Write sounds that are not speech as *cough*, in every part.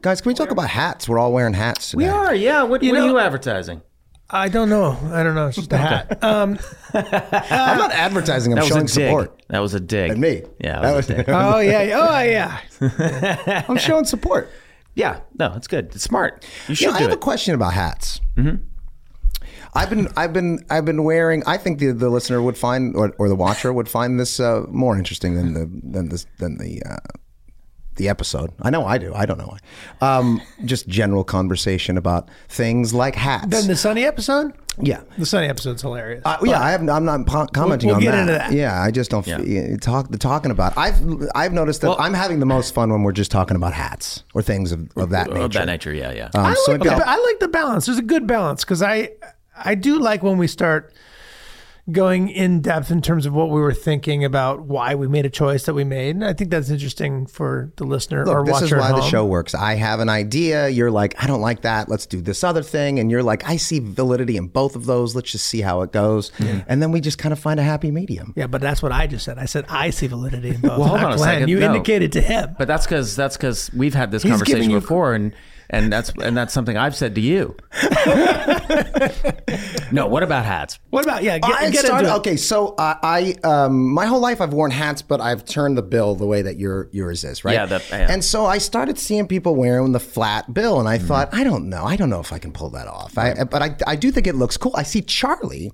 Guys, can we talk about hats? We're all wearing hats today. We are, yeah. What, what know- are you advertising? I don't know. I don't know. It's just a hat. *laughs* Um, I'm not advertising. I'm That was a showing dig. support. That was a dig. At me. Yeah, that That was, a was- dig. oh yeah. Oh yeah. I'm showing support. *laughs* yeah. No, it's good. It's smart. You should Yeah, I do have a it. question about hats. Mm-hmm. I've been, I've been, I've been wearing. I think the, the listener would find, or, or the watcher would find this uh, more interesting than the than this than the uh, the episode. I know I do. I don't know why. Um, just general conversation about things like hats. Then the sunny episode. yeah. The sunny episode's hilarious. Uh, yeah, I haven't, I'm not po- commenting we'll on get that. into that. Yeah, I just don't f- yeah, talk the talking about. I've I've noticed that I'm having the most fun when we're just talking about hats or things of, of that nature. Of that nature, yeah, yeah. Um, I so like, maybe I'll- the, I like the balance. There's a good balance because I I do like when we start going in depth in terms of what we were thinking about why we made a choice that we made. And I think that's interesting for the listener or Look, watcher this is at why the home. show works. I have an idea. You're like, I don't like that. Let's do this other thing. And you're like, I see validity in both of those. Let's just see how it goes. And then we just kind of find a happy medium. Yeah, but that's what I just said. I said I see validity in both. Well, hold not on a Glenn. second. You No. indicated to him. But that's because that's because we've had this He's conversation giving you- before, and and that's and that's something I've said *laughs* to you. no, what about hats? What about yeah? Get, I get Uh, started- into it. okay, so I, I um, my whole life I've worn hats, but I've turned the bill the way that your yours is, right? Yeah, the- yeah. Mm-hmm. And so I started seeing people wearing the flat bill, and I thought, I don't know, I don't know if I can pull that off. I, but I, I do think it looks cool. I see Charlie.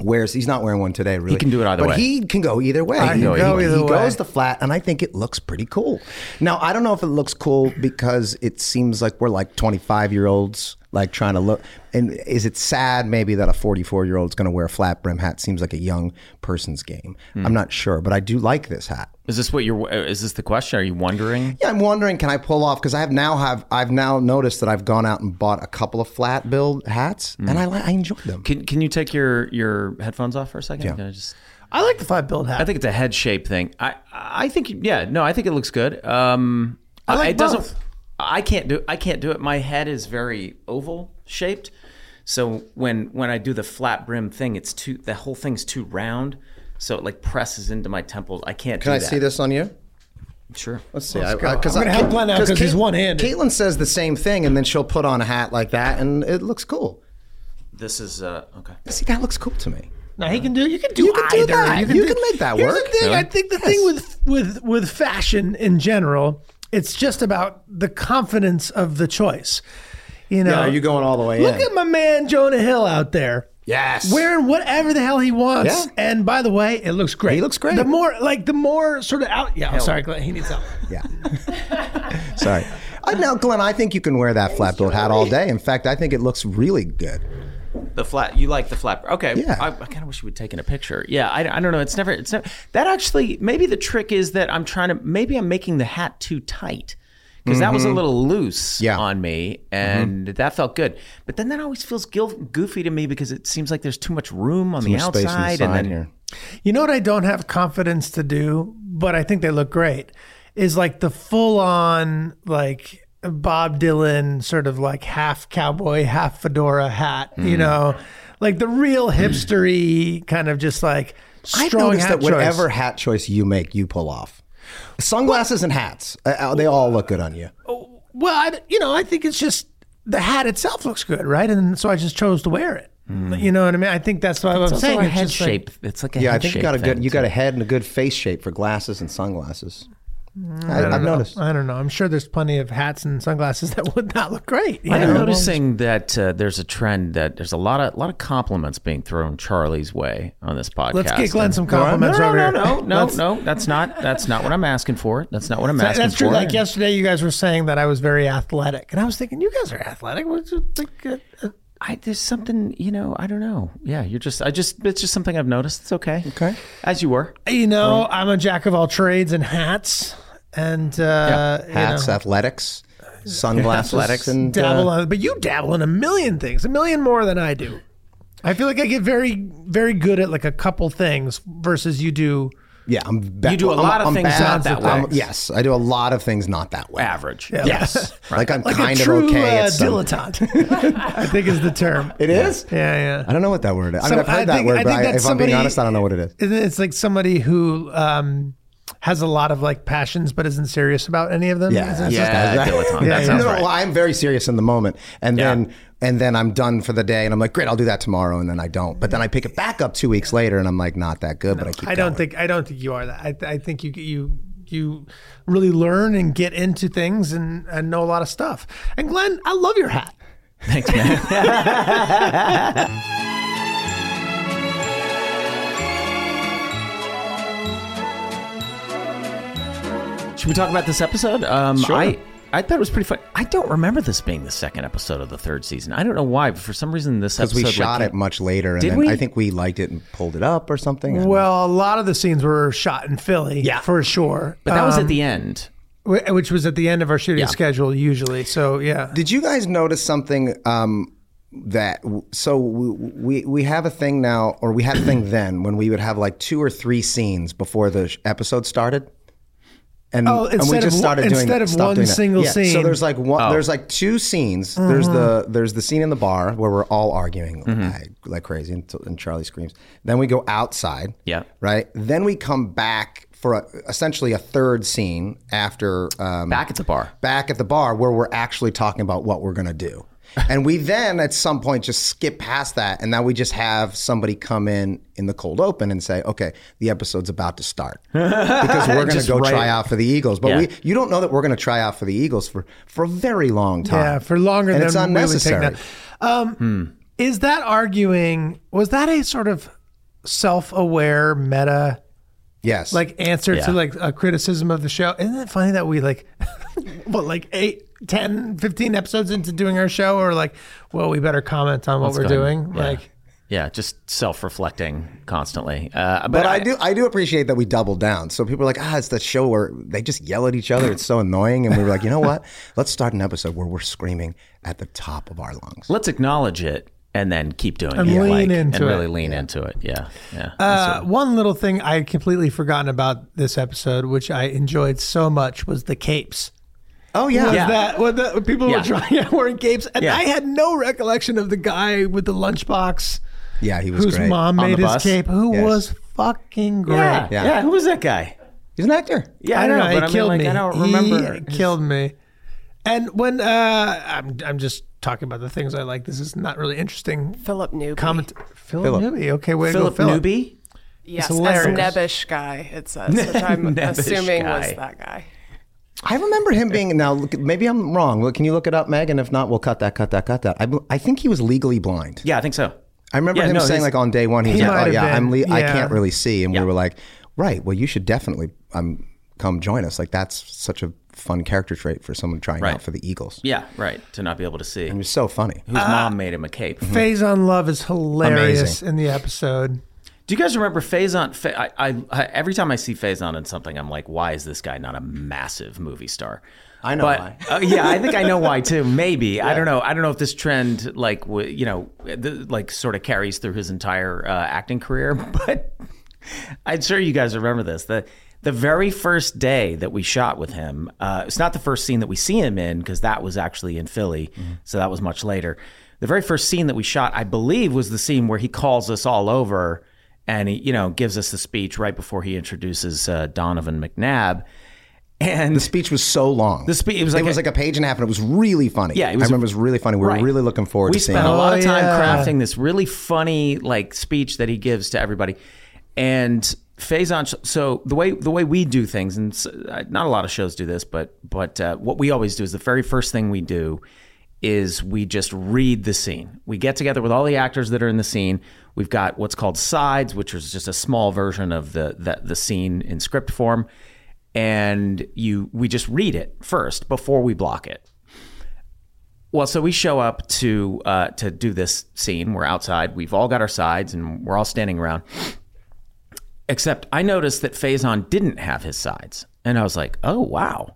wears. he's not wearing one today, really. He can do it either but way. he can go either way. can go he either he way. goes the flat, and I think it looks pretty cool. Now, I don't know if it looks cool because it seems like we're like 25 year olds, like trying to look. And is it sad maybe that a 44 year old's going to wear a flat brim hat? Seems like a young person's game. I'm not sure, but I do like this hat. Is this what you're? Is this the question? Are you wondering? Yeah, I'm wondering, can I pull off? Because I have now have I've now noticed that I've gone out and bought a couple of flat billed hats, and I li- I enjoy them. Can Can you take your your headphones off for a second? Can I just? I like the five build hat. I think it's a head shape thing. I I think yeah. No, I think it looks good. Um, I like it both. doesn't. I can't do. I can't do it. My head is very oval shaped, so when when I do the flat brim thing, it's too. The whole thing's too round, so it like presses into my temples. I can't. Can do I that. see this on you? Sure. Let's see. I, I, cause I'm I- gonna help Glenn out 'cause he's Cait- one-handed. Caitlin says the same thing, and then she'll put on a hat like that, and it looks cool. This is uh, okay. See, that looks cool to me. Now he can do. You can do You can do either. that. You can make that Here's work. the thing. Really? I think the thing with with with fashion in general, it's just about the confidence of the choice. You know, going all the way look at my man Jonah Hill out there. Yes. Wearing whatever the hell he wants, Yeah. and by the way, it looks great. He looks great. The more, like, the more sort of out. Yeah, I'm sorry, Glenn. He needs help. Yeah. Sorry. I, now, Glenn, I think you can wear that flat billed hat all day. In fact, I think it looks really good. The flat. You like the flat? Okay. Yeah. I, I kind of wish you would taken a picture. Yeah. I, I don't know. It's never. It's never. That actually. Maybe the trick is that I'm trying to. Maybe I'm making the hat too tight. Because that was a little loose Mm-hmm. Yeah. Mm-hmm. on me, and that felt good. But then that always feels gil- goofy to me because it seems like there's too much room on the There's space outside, inside and then here. You know what I don't have confidence to do, but I think they look great is like the full on like Bob Dylan sort of like half cowboy, half fedora hat, you Hmm. know, like the real hipstery kind of just like I've strong noticed that hat choice. whatever hat choice you make, you pull off. Sunglasses and hats, uh, uh, they all look good on you. Well, I, you know, I think it's just the hat itself looks good, right? And so I just chose to wear it. Hmm. You know what I mean? I think that's what I'm it's also saying. a It's head just like- shape. it's like a Yeah, Head I think you shape got a good, thing, you got too. a head and a good face shape for glasses and sunglasses. I, I've noticed. I don't know. I'm sure there's plenty of hats and sunglasses *laughs* that would not look great. you I'm know? noticing that uh, there's a trend that there's a lot of lot of compliments being thrown Charlie's way on this podcast. Let's get Glenn And- some compliments no, over no, here. no, no, no, Let's- no. That's not that's not what I'm asking for. That's not what I'm That- asking that's true. for. Like yesterday, you guys were saying that I was very athletic, and I was thinking, you guys are athletic. What's it like, uh, uh, I, there's something you know. I don't know. Yeah, you're just. I just. It's just something I've noticed. It's okay. Okay. As you were. you know, I'm a jack of all trades and hats, and uh, you hats, know, athletics, sunglasses, Athletics. and uh, dabble on. But you dabble in a million things, a million more than I do. I feel like I get very, very good at like a couple things versus you do. yeah, I'm. Ba- You do a I'm- lot of I'm things bad- not that I'm- way. yes, I do a lot of things not that way. Average. *laughs* Yes, like I'm like kind a true of okay uh, at some- dilettante. *laughs* I think is the term. It is. Yeah, I yeah. don't know what that word is. I So mean, I've heard I that think- I word, but think I, that's if I'm being somebody- honest, I don't know what it is. It's like somebody who um, has a lot of like passions, but isn't serious about any of them. Yeah, Is that- Yeah, dilettante. *laughs* Yeah, that yeah. sounds no, right. well, I'm very serious in the moment, and then and then I'm done for the day, and I'm like, great, I'll do that tomorrow, and then I don't. But then I pick it back up two weeks later, and I'm like, not that good, but I keep. I going. don't think I don't think you are that. I, I think you you you really learn and get into things and, and know a lot of stuff. And Glenn, I love your hat. *laughs* Thanks, man. Should we talk about this episode? Um, Sure. I, I thought it was pretty fun. I don't remember this being the second episode of the third season. I don't know why, but for some reason, this because episode we like, shot it much later, and Did then we? I think we liked it and pulled it up or something. I don't Well, a lot of the scenes were shot in Philly, Yeah. for sure. But that was Um, at the end. Wh- which was at the end of our shooting Yeah. schedule usually. So yeah, Did you guys notice something um, that so we, we we have a thing now, or we had a thing then when we would have like two or three scenes before the sh- episode started. And, Oh, and instead we just of- started doing instead that, of stopped one doing that. single Yeah, So scene. Mm-hmm. there's like one, there's like two scenes. There's the there's the scene in the bar where we're all arguing like, like crazy, and, and Charlie screams. Then we go outside. Yeah. Right. Then we come back for a, essentially a third scene after um, Back at the bar. back at the bar where we're actually talking about what we're going to do. And we then at some point just skip past that. And now we just have somebody come in in the cold open and say, okay, the episode's about to start because we're going to Just go right- try out for the Eagles. But Yeah. we, you don't know that we're going to try out for the Eagles for, for a very long time. yeah, for longer And than it's we unnecessary. would take now. Um, Is that arguing? Was that a sort of self-aware meta? Yes. like answer Yeah. to like a criticism of the show. Isn't it funny that we like *laughs* what like 8, 10, 15 episodes into doing our show or like, well, we better comment on what go we're ahead. doing. Yeah. Like Yeah, just self reflecting constantly. Uh, but but I do, I do appreciate that we doubled down. So people are like, ah, it's that show where they just yell at each other. It's so annoying. And we were like, you know what? Let's start an episode where we're screaming at the top of our lungs. let's acknowledge it and then keep doing And it. lean like, into and it. really lean into it. Yeah. Yeah. uh, one little thing I had completely forgotten about this episode, which I enjoyed so much was the capes. Oh, yeah. Was that what the people Yeah. were trying *laughs* out wearing capes? And Yeah. I had no recollection of the guy with the lunchbox Yeah, he was whose great. mom On made the his bus? cape, who Yes. was fucking great. yeah, yeah. Yeah. Who was that guy? He's an actor. Yeah, I don't know. He but mean, killed like, me. I don't remember. He his- killed me. And when uh, I'm, I'm just talking about the things I like. This is not really interesting. Philip Newby. Comment. Philip, Newby. Okay, way Philip to go, Philip. Newby. Yes, It's hilarious. as Nebbish guy, it says, which I'm Nebbish assuming guy. was that guy. I remember Eh. him being now. Look, maybe I'm wrong. Look, Can you look it up, Megan? If not, we'll cut that, cut that, cut that. I, bel- I think he was legally blind. Yeah, I think so. I remember Yeah, him no, saying he's- like on day one, he's He might like, "Oh have yeah, I'm le- been, I yeah. can't really see," and Yeah. we were like, "Right, well, you should definitely um come join us. Like that's such a fun character trait for someone trying Right. out for the Eagles. Yeah, right. To not be able to see. It Whose was so funny. mom made him a cape. Phase on Love is hilarious in the episode. Do you guys remember Faison? Fa- I, I, I, every time I see Faison in something, I'm like, why is this guy not a massive movie star? I know But- why. Oh, yeah, I think I know why too. Maybe I don't know. I don't know if this trend, like w- you know, th- like sort of carries through his entire uh, acting career. *laughs* But I'm sure you guys remember this. The the very first day that we shot with him, uh, it's not the first scene that we see him in because that was actually in Philly, so that was much later. The very first scene that we shot, I believe, was the scene where he calls us all over and he, you know, gives us the speech right before he introduces uh, Donovan McNabb. And The speech was so long. The spe- it was like it was a- like a page and a half, and it was really funny. Yeah, it was I a- remember it was really funny. We were Right. really looking forward we to seeing. spent a it. lot of time yeah. crafting this really funny like speech that he gives to everybody and Faison, so the way the way we do things, and s- uh, not a lot of shows do this, but but uh, what we always do is the very first thing we do is we just read the scene. We get together with all the actors that are in the scene. We've got what's called sides, which is just a small version of the the, the scene in script form, and you we just read it first before we block it. Well, so we show up to uh, to do this scene. We're outside. We've all got our sides, and we're all standing around. Except I noticed that Faison didn't have his sides, and I was like, "Oh wow,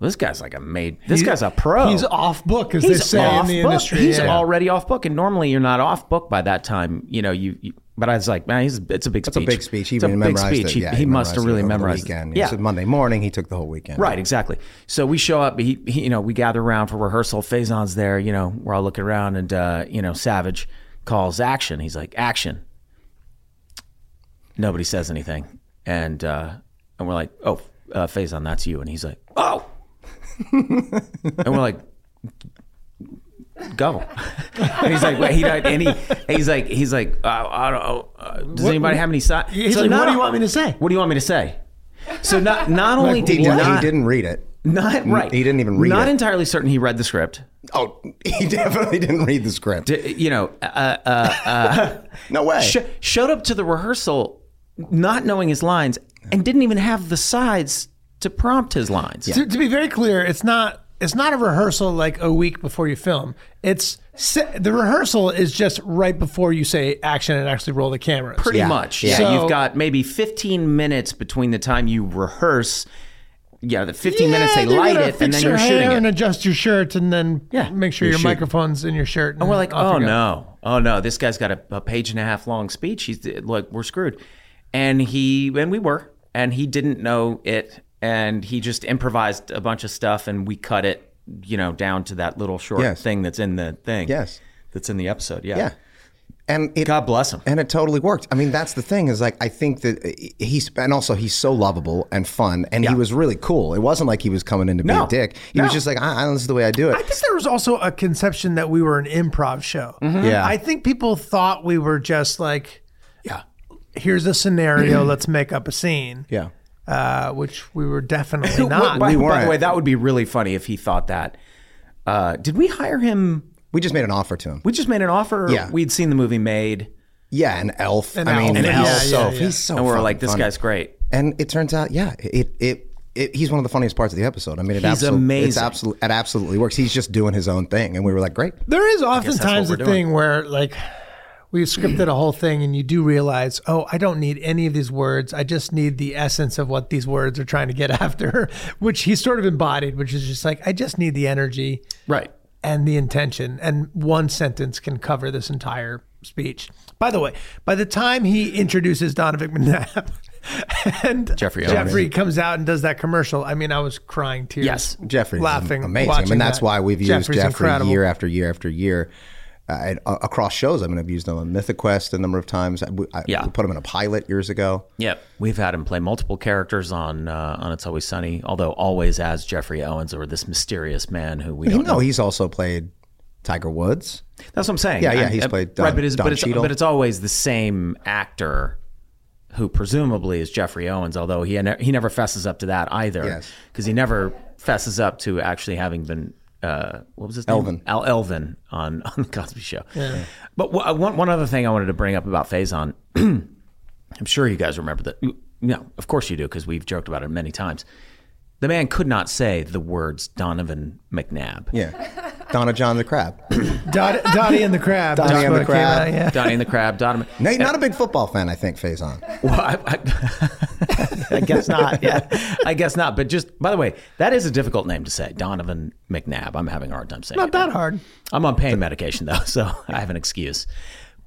this guy's like a made. This guy's a pro. He's off book, as they Oh. He's say in off the book. industry. He's yeah. already off book, and normally you're not off book by that time. You know, you. you but I was like, man, he's, it's a big It's a speech. big speech. He It's a even big memorized speech. it. He, Yeah, he must memorized have it really over the memorized weekend. it. It was Monday morning. He took the whole weekend. Right, exactly. So we show up. He, he, you know, we gather around for rehearsal. Faison's there. You know, we're all looking around, and uh, you know, Savage calls action. He's like, action. Nobody says anything, and uh, And we're like, oh, uh, Faison, that's you. And he's like, oh. *laughs* and we're like, go. *laughs* and he's like, wait, he, don't- and he, he's like, he's like, uh, I don't know. Uh, does anybody have any side? He's like, what do you want me to say? What do you want me to say? So not *laughs* not only He, did did, not, he didn't read it. not right. he didn't even read Not it. entirely certain he read the script. Oh, *laughs* he definitely didn't read the script. D- You know, uh, no way. sh- showed up to the rehearsal not knowing his lines and didn't even have the sides to prompt his lines. To, to be very clear, it's not it's not a rehearsal like a week before you film. It's se- the rehearsal is just right before you say action and actually roll the camera. Pretty Yeah. much. Yeah. Yeah. So- you've got maybe 15 minutes between the time you rehearse. Yeah, the 15 minutes they they're light gonna it and fix then your you're hair shooting it. and adjust your shirt and then Yeah, make sure you're your shooting. microphone's in your shirt. And, We're like, oh off you go." no, oh no, this guy's got a, a page and a half long speech. He's like, we're screwed. And he and we were, and he didn't know it, and he just improvised a bunch of stuff, and we cut it, you know, down to that little short Yes. thing that's in the thing. Yes. that's in the episode. Yeah. Yeah. And it, God bless him. and it totally worked. I mean, that's the thing is like I think that he's and also he's so lovable and fun, and he was really cool. It wasn't like he was coming in to be No. a dick. He was No. just like, I, I this is the way I do it. I think there was also a conception that we were an improv show. Mm-hmm. Yeah. I think people thought we were just like, Yeah. here's *clears throat* a scenario, let's make up a scene. yeah, Uh, which we were *laughs* definitely By, not. by the weren't. way, that would be really funny if he thought that. Uh, did we hire him? we just made an offer to him. We just made an offer. Yeah. We'd seen the movie made, Yeah, an elf. An I mean, elf. an An elf. elf. so Yeah, yeah, yeah. he's so. and we are fucking like, this funny. guy's great. And it turns out, yeah, it it. It, he's one of the funniest parts of the episode. I mean, it He's absolutely, it's amazing. absolutely, it absolutely works. He's just doing his own thing, and we were like, "Great, There is oftentimes a what we're doing. thing where like we've scripted a whole thing and you do realize, oh, I don't need any of these words. I just need the essence of what these words are trying to get *laughs* after, which he sort of embodied, which is just like, I just need the energy Right. and the intention. And one sentence can cover this entire speech. By the way, by the time he introduces Donovan McNabb *laughs* and Jeffrey Owens. Jeffrey comes out and does that commercial, I mean, I was crying tears. Yes. Jeffrey, is laughing, amazing. I watching mean, that's that. why we've used Jeffrey's Jeffrey incredible. year after year after year. Uh, and, uh, across shows, I mean, I've used him on MythiQuest a number of times. I, I- Yeah. we put him in a pilot years ago. Yep, we've had him play multiple characters on uh, on It's Always Sunny, although always as Jeffrey Owens or this mysterious man who we You don't know, know. he's also played Tiger Woods. That's what I'm saying. Yeah, yeah, I- he's uh, played right, Don- but it's, Don but, it's, Cheadle. but it's always the same actor who presumably is Jeffrey Owens, although he ne- he never fesses up to that either, Yes. because he never fesses up to actually having been. Uh, what was his Elvin. name? Al Elvin on *laughs* on the Cosby Show. But wh- uh, one one other thing I wanted to bring up about Faison *clears throat* I'm sure you guys remember that. you- No, of course you do, because we've joked about it many times. The man could not say the words Donovan McNabb. Yeah, *laughs* Donna John the Crab. Dot, Dottie and the Crab. Dottie That's and what the it came Crab. out, yeah. Donnie and the Crab, Donovan. No, you're not a big football fan, I think. Faison. Well, I, *laughs* I- I guess not. Yeah, *laughs* I guess not. But just by the way, that is a difficult name to say, Donovan McNabb. I'm having a hard time saying. Not it. that hard. I'm on pain medication though, *laughs* so I have an excuse.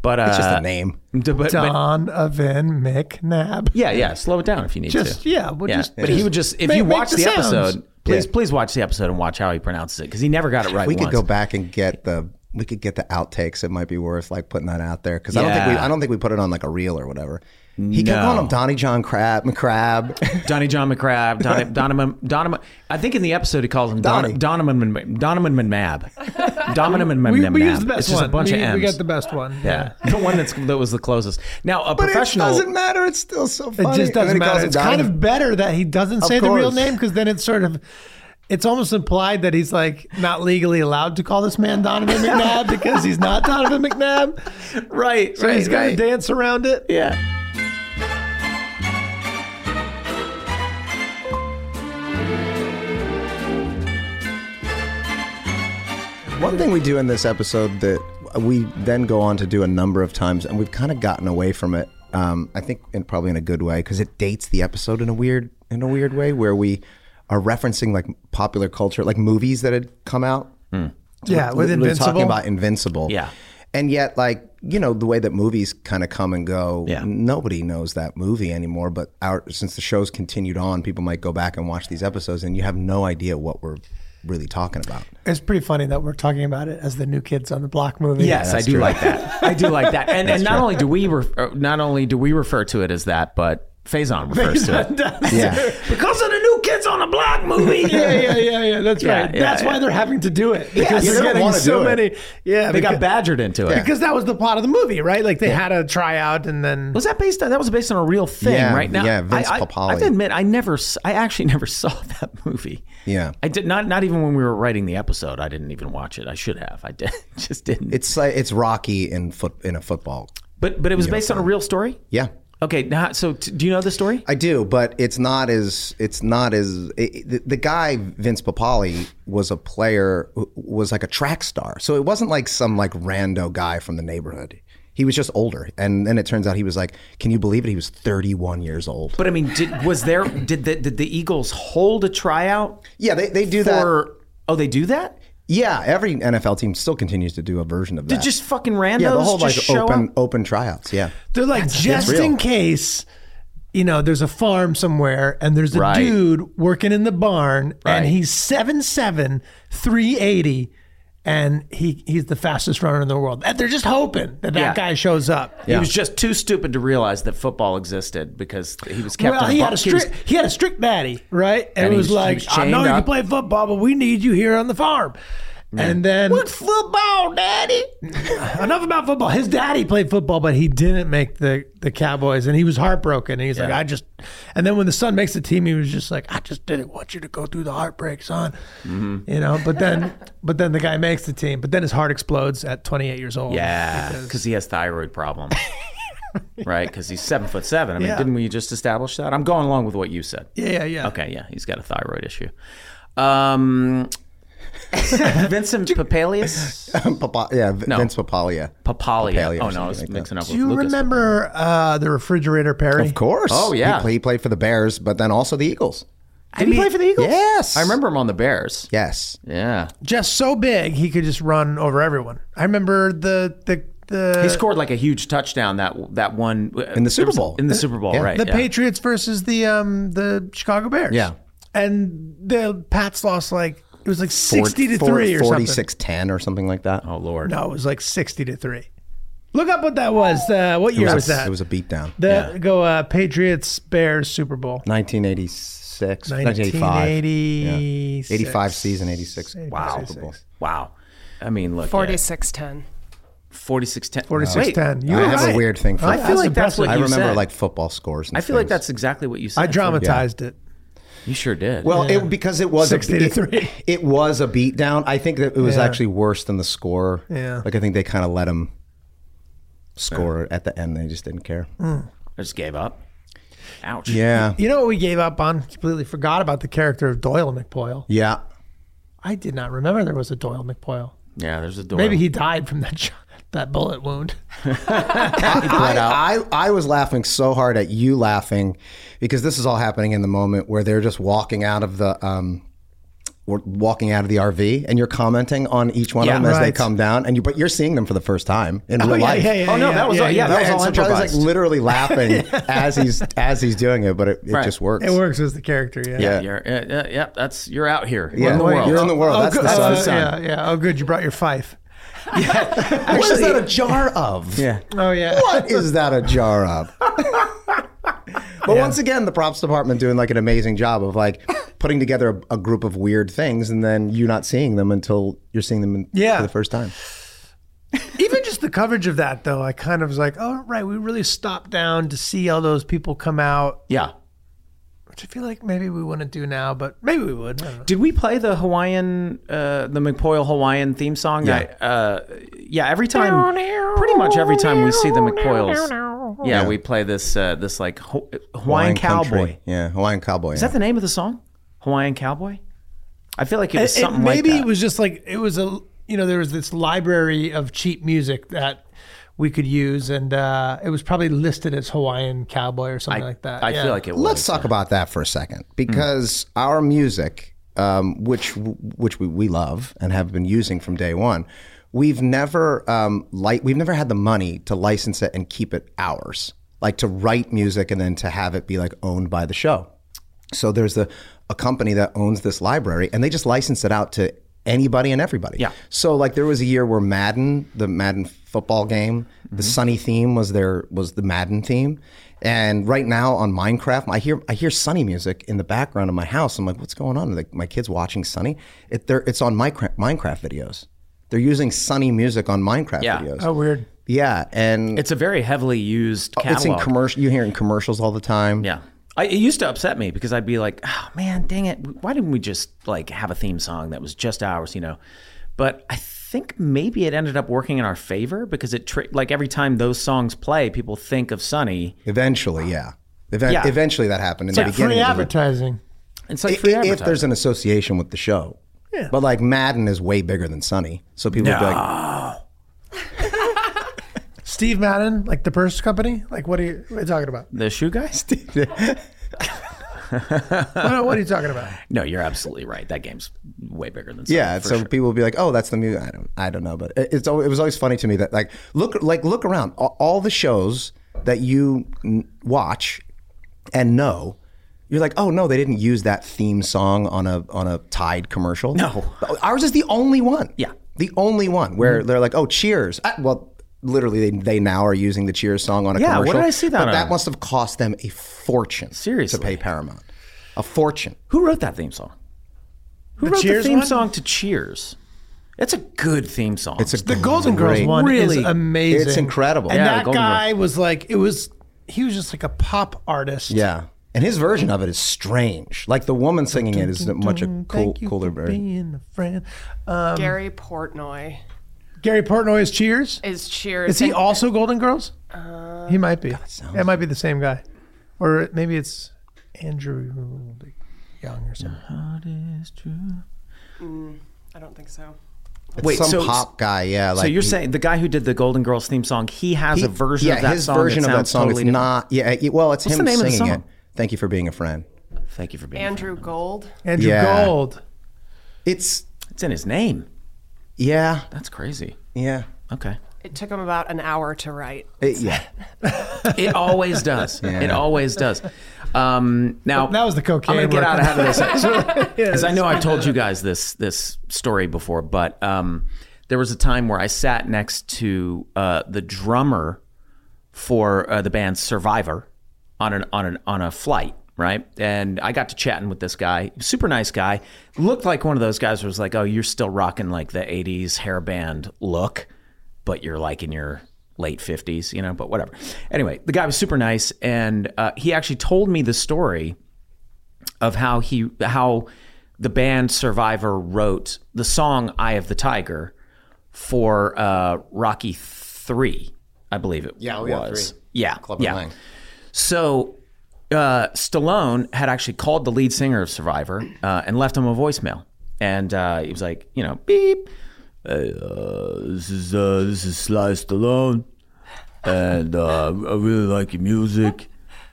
But uh, It's just a name. d- But, but Donovan McNabb. yeah, yeah. Slow it down if you need Just- to. yeah, well, just- but just he would just if make- you make watch the the, sounds. episode, please Yeah. please watch the episode and watch how he pronounces it because he never got it right. We once. could go back and get the we could get the outtakes. It might be worth like putting that out there because I don't think we Yeah. I don't think we put it on like a reel or whatever. He kept No. calling him Donnie John Crab McCrab. *laughs* Donnie John McCrab, Donnie, Donovan, Donovan. I think in the episode he calls him Donnie. Don, Donovan, Mc- Donovan McNabb. Donovan McNabb. We, we used the best it's just one. a bunch we, of M's. we got the best one. Yeah, *laughs* the one that's that was the closest. Now a But it professional. doesn't matter. It's still so It funny. just And then he doesn't calls matter. it It's kind of Donovan. better that he doesn't say the real course. name because then it's sort of, it's almost implied that he's like not legally allowed to call this man Donovan McNabb because he's not Donovan McNabb. right. So right, he's got to right. dance around it. Yeah. One thing we do in this episode that we then go on to do a number of times, and we've kind of gotten away from it. Um, I think, in probably in a good way, because it dates the episode in a weird in a weird way, where we are referencing like popular culture, like movies that had come out. Yeah, with We're Invincible. talking about Invincible. Yeah. And yet, like you know, the way that movies kind of come and go, Yeah. nobody knows that movie anymore. But our since the show's continued on, people might go back and watch these episodes, and you have no idea what we're really talking about. It's pretty funny that we're talking about it as the new kids on the block movie. Yes, I do true. *laughs* like that. I do like that. And and not only do we re- uh, not only do we refer to it as that, but *laughs* Faison refers to it. Yeah. *laughs* because of the new kids on the block *laughs* movie. Yeah, yeah, yeah, yeah. *laughs* That's Yeah, right. yeah, That's why yeah. they're having to do it because you they're don't getting wanna so do it. many. Yeah, They got because, badgered into it. because that was the plot of the movie, right? Like they had a tryout and then Was that based on that was based on a real thing, Yeah, right? Now, yeah, Vince I, I, Papale. I have to admit, I never, s- I actually *laughs* never saw that movie. Yeah. I did not, not even when we were writing the episode, I didn't even watch it. I should have, I did, *laughs* just didn't. It's like it's Rocky in foot in a football. but, but it was based on a real story. Yeah, Okay. Now, so t- do you know the story? I do, but it's not as it's not as it, the, the guy Vince Papali was a player who was like a track star, so it wasn't like some like rando guy from the neighborhood. He was just older, and then it turns out he was like, can you believe it? He was 31 years old. But I mean, did, was there, did the, did the Eagles hold a tryout yeah, they, they do that. for, oh, they do that? Yeah, every NFL team still continues to do a version of that. Just fucking randos yeah, the whole like just show open up? open tryouts. Yeah. *laughs* They're like, just real. in case, you know, there's a farm somewhere and there's a Right. dude working in the barn Right. and he's 7'7, 380, and he, he's the fastest runner in the world. And they're just hoping that that Yeah. guy shows up. He was just too stupid to realize that football existed because he was kept Well, in a he had bu- a he was- strict he had a strict daddy, right? And, And it he was was- he like, was I chained know you can up. play football, but we need you here on the farm. And then football, daddy. *laughs* enough about football. His daddy played football, but he didn't make the the Cowboys, and he was heartbroken. And he's like, I just. And then when the son makes the team, he was just like, I just didn't want you to go through the heartbreak, son. Mm-hmm. You know. But then, *laughs* but then the guy makes the team, but then his heart explodes at 28 years old. Yeah, because he has thyroid *laughs* problem, right? Because he's seven foot seven. I mean, Yeah. didn't we just establish that? I'm going along with what you said. Yeah, yeah, yeah. Okay, yeah, he's got a thyroid issue. Um, *laughs* Vincent Papalius, Papa, yeah, V- Vince Papalia. Papalia. Papalia or Oh no, I was something like mixing up Do with you Lucas. remember uh, the refrigerator Perry? Of course. Oh, yeah. He, play- he played for the Bears, but then also the Eagles. Did he play for the Eagles? Yes. I remember him on the Bears. Yes. Yeah, Just so big, he could just run over everyone. I remember the the the. he scored like a huge touchdown that that one in the Super Bowl. In the Super Bowl, Yeah. right? the yeah. Patriots versus the um the Chicago Bears. Yeah. And the Pats lost like it was like sixty to Four- four- three or 46 10 or something like that. Oh Lord. something. No, it was like sixty to three. Look up what that was. Uh, what year it, was, was that? a, it was a beatdown. the go uh, Patriots Bears Super Bowl. 1986, 1985. 1985. 85 season, 86. Wow. Wow. I mean, look. Forty 4610. forty-six ten. Forty-six ten. You I were have a right. weird thing for I that. feel That's like that's impressive. what I you remember said. like football scores. And I feel like things. that's exactly what you said. I dramatized it. You sure did. Well, it, because it was 60 a, to it- three. *laughs* It, was a beatdown. I think that it was Yeah. actually worse than the score. Yeah. Like I think they kind of let him score at the end. They just didn't care. Mm. I just gave up. Ouch. Yeah. You know what we gave up on? Completely forgot about the character of Doyle McPoyle. Yeah. I did not remember there was a Doyle McPoyle. Yeah. There's a door. Maybe he died from that shot, *laughs* that bullet wound. I, I, I was laughing so hard at you laughing because this is all happening in the moment where they're just walking out of the um we're walking out of the RV and you're commenting on each one Yeah. of them as they Right. come down and you but you're seeing them for the first time in real life. Oh, no, that was- yeah, that And was all so Charlie's like improvised. literally laughing as he's as he's doing it, but it, it Right. just works. It works as the character, yeah. Yeah. You're, yeah, yeah, yeah, that's you're out here. Yeah. You're in the world. You're in the world. Oh, That's good. the sun. uh, Yeah, yeah. Oh, good. You brought your fife. *laughs* what is that a jar of? yeah. Oh, yeah. What is that a jar of? *laughs* but once again, the props department doing like an amazing job of like putting together a, a group of weird things, and then you not seeing them until you're seeing them in, Yeah. for the first time. Even just the coverage of that, though, I kind of was like, oh, right. We really stopped down to see all those people come out, Yeah. which I feel like maybe we wouldn't do now, but maybe we would. I don't know. Did we play the Hawaiian, uh, the McPoyle Hawaiian theme song? Yeah. I, uh, yeah. Every time, pretty much every time we see the McPoyles, yeah, we play this uh, this like Ho- Hawaiian, cowboy. country. yeah, Hawaiian cowboy. Is that the name of the song? Hawaiian Cowboy. I feel like it was It- something maybe like that. it was just like it was a you know there was this library of cheap music that we could use and uh, it was probably listed as hawaiian cowboy or something like that I Yeah. feel like it was. Let's talk about that for a second because our music, um, which which we, we love and have been using from day one, we've never um, li- we've never had the money to license it and keep it ours, like to write music and then to have it be like owned by the show. So there's a, a company that owns this library and they just license it out to anybody and everybody. Yeah. So like there was a year where Madden, the Madden football game, Mm-hmm. the sunny theme was their was the Madden theme. And right now on Minecraft, I hear I hear sunny music in the background of my house. I'm like, what's going on? Like my kids watching sunny. It they're, it's on Minecraft Minecraft videos. They're using sunny music on Minecraft Yeah. videos. Oh, weird. Yeah, and It's a very heavily used catalog. it's in commercial. You hear it in commercials all the time. Yeah. I, it used to upset me because I'd be like, oh man, dang it. Why didn't we just like have a theme song that was just ours, you know? But I think maybe it ended up working in our favor because it, tri- like, every time those songs play, people think of Sonny. Eventually, yeah. Even- Yeah. Eventually, that happened. In the like beginning, Free it was like- advertising. It's like I- free if advertising. there's an association with the show. Yeah. But like Madden is way bigger than Sunny, so people would be like, Steve Madden, like the purse company. Like, what are you, what are you talking about? The shoe guys? what, what are you *laughs* talking about? no, you're absolutely right. That game's way bigger than Sonny. yeah. for So sure. people would be like, oh, that's the music. I don't, I don't know, but it- it's al- it was always funny to me that like look like look around all, all the shows that you n- watch and know. You're like, oh no, they didn't use that theme song on a on a Tide commercial. No. ours is the only one. Yeah. Mm-hmm. the only one where they're like, oh, Cheers. Ah, well, literally, they, they now are using the Cheers song on a Yeah, commercial. what did I see that But that on? must have cost them a fortune. Seriously. to pay Paramount, a fortune. Who wrote that theme song? Who wrote Cheers the theme one? song to Cheers? It's a good theme song. It's The Golden Girls Great. one Really? is amazing. It's incredible. And Yeah, the that Golden guy was like, it was, he was just like a pop artist. Yeah. And his version of it is strange. Like the woman singing it is much a cool, Thank you cooler for version. being a friend. Um, Gary Portnoy Gary Portnoy is Cheers. is Cheers. Is he and- also Golden Girls? he might be. That might be the same guy, or maybe it's Andrew Young or something. I don't think so. Wait, Some so- pop guy, yeah. Like so you're he- saying the guy who did the Golden Girls theme song, he has he- a version yeah, of that his song. version that of that sounds song totally is not. Yeah, it- well, it's What's him the name of the singing it. song? Thank you for being a friend. different. Thank you for being Andrew Gold. Andrew Yeah. *laughs* Gold. It's It's in his name. yeah, That's crazy. yeah, Okay. It took him about an hour to write. It- *laughs* yeah. It always *laughs* does. It always does. Um, now That was the cocaine. I'm gonna get out work. ahead of *laughs* this because I know I've told you guys this this story before, but um, there was a time where I sat next to uh, the drummer for uh, the band Survivor on an on an on a flight, right? And I got to chatting with this guy, super nice guy. Looked like one of those guys who was like, "Oh, you're still rocking like the '80s hairband look, but you're like in your late 50s, you know." But whatever. Anyway, the guy was super nice, and uh, he actually told me the story of how he how the band Survivor wrote the song "Eye of the Tiger" for uh, Rocky Three, I believe it oh, yeah, was. three. Yeah, Clubber yeah. Lang. So uh, Stallone had actually called the lead singer of Survivor uh, and left him a voicemail, and uh, he was like, you know, beep. Hey, uh, this is uh, this is Sly Stallone, and uh, I really like your music,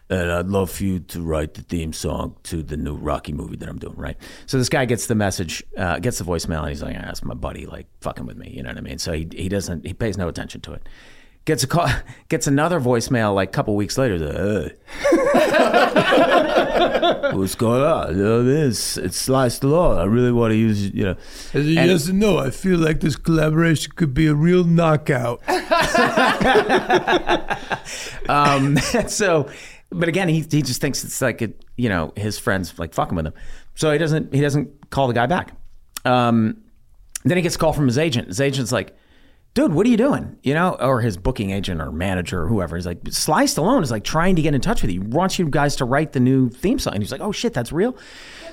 and I'd love for you to write the theme song to the new Rocky movie that I'm *laughs* doing. Right. So this guy gets the message, uh, gets the voicemail, and he's like, "Ah, "That's my buddy, like fucking with me." You know what I mean? So he he doesn't he pays no attention to it. Gets a call, *laughs* gets another voicemail like a couple weeks later. he's like, hey. What's going on? You know what I mean? It's, it's Sly Stallone. I really want to use, you know. And- yes and no, I feel like this collaboration could be a real knockout. Um, *laughs* so, but again, he, he just thinks it's like a, you know his friends like fucking with him, so he doesn't he doesn't call the guy back. Um, then he gets a call from his agent. His agent's like, "Dude, what are you doing?" You know, or his booking agent or manager or whoever. He's like, "Sly Stallone is like trying to get in touch with you. He wants you guys to write the new theme song." And he's like, "Oh shit, that's real."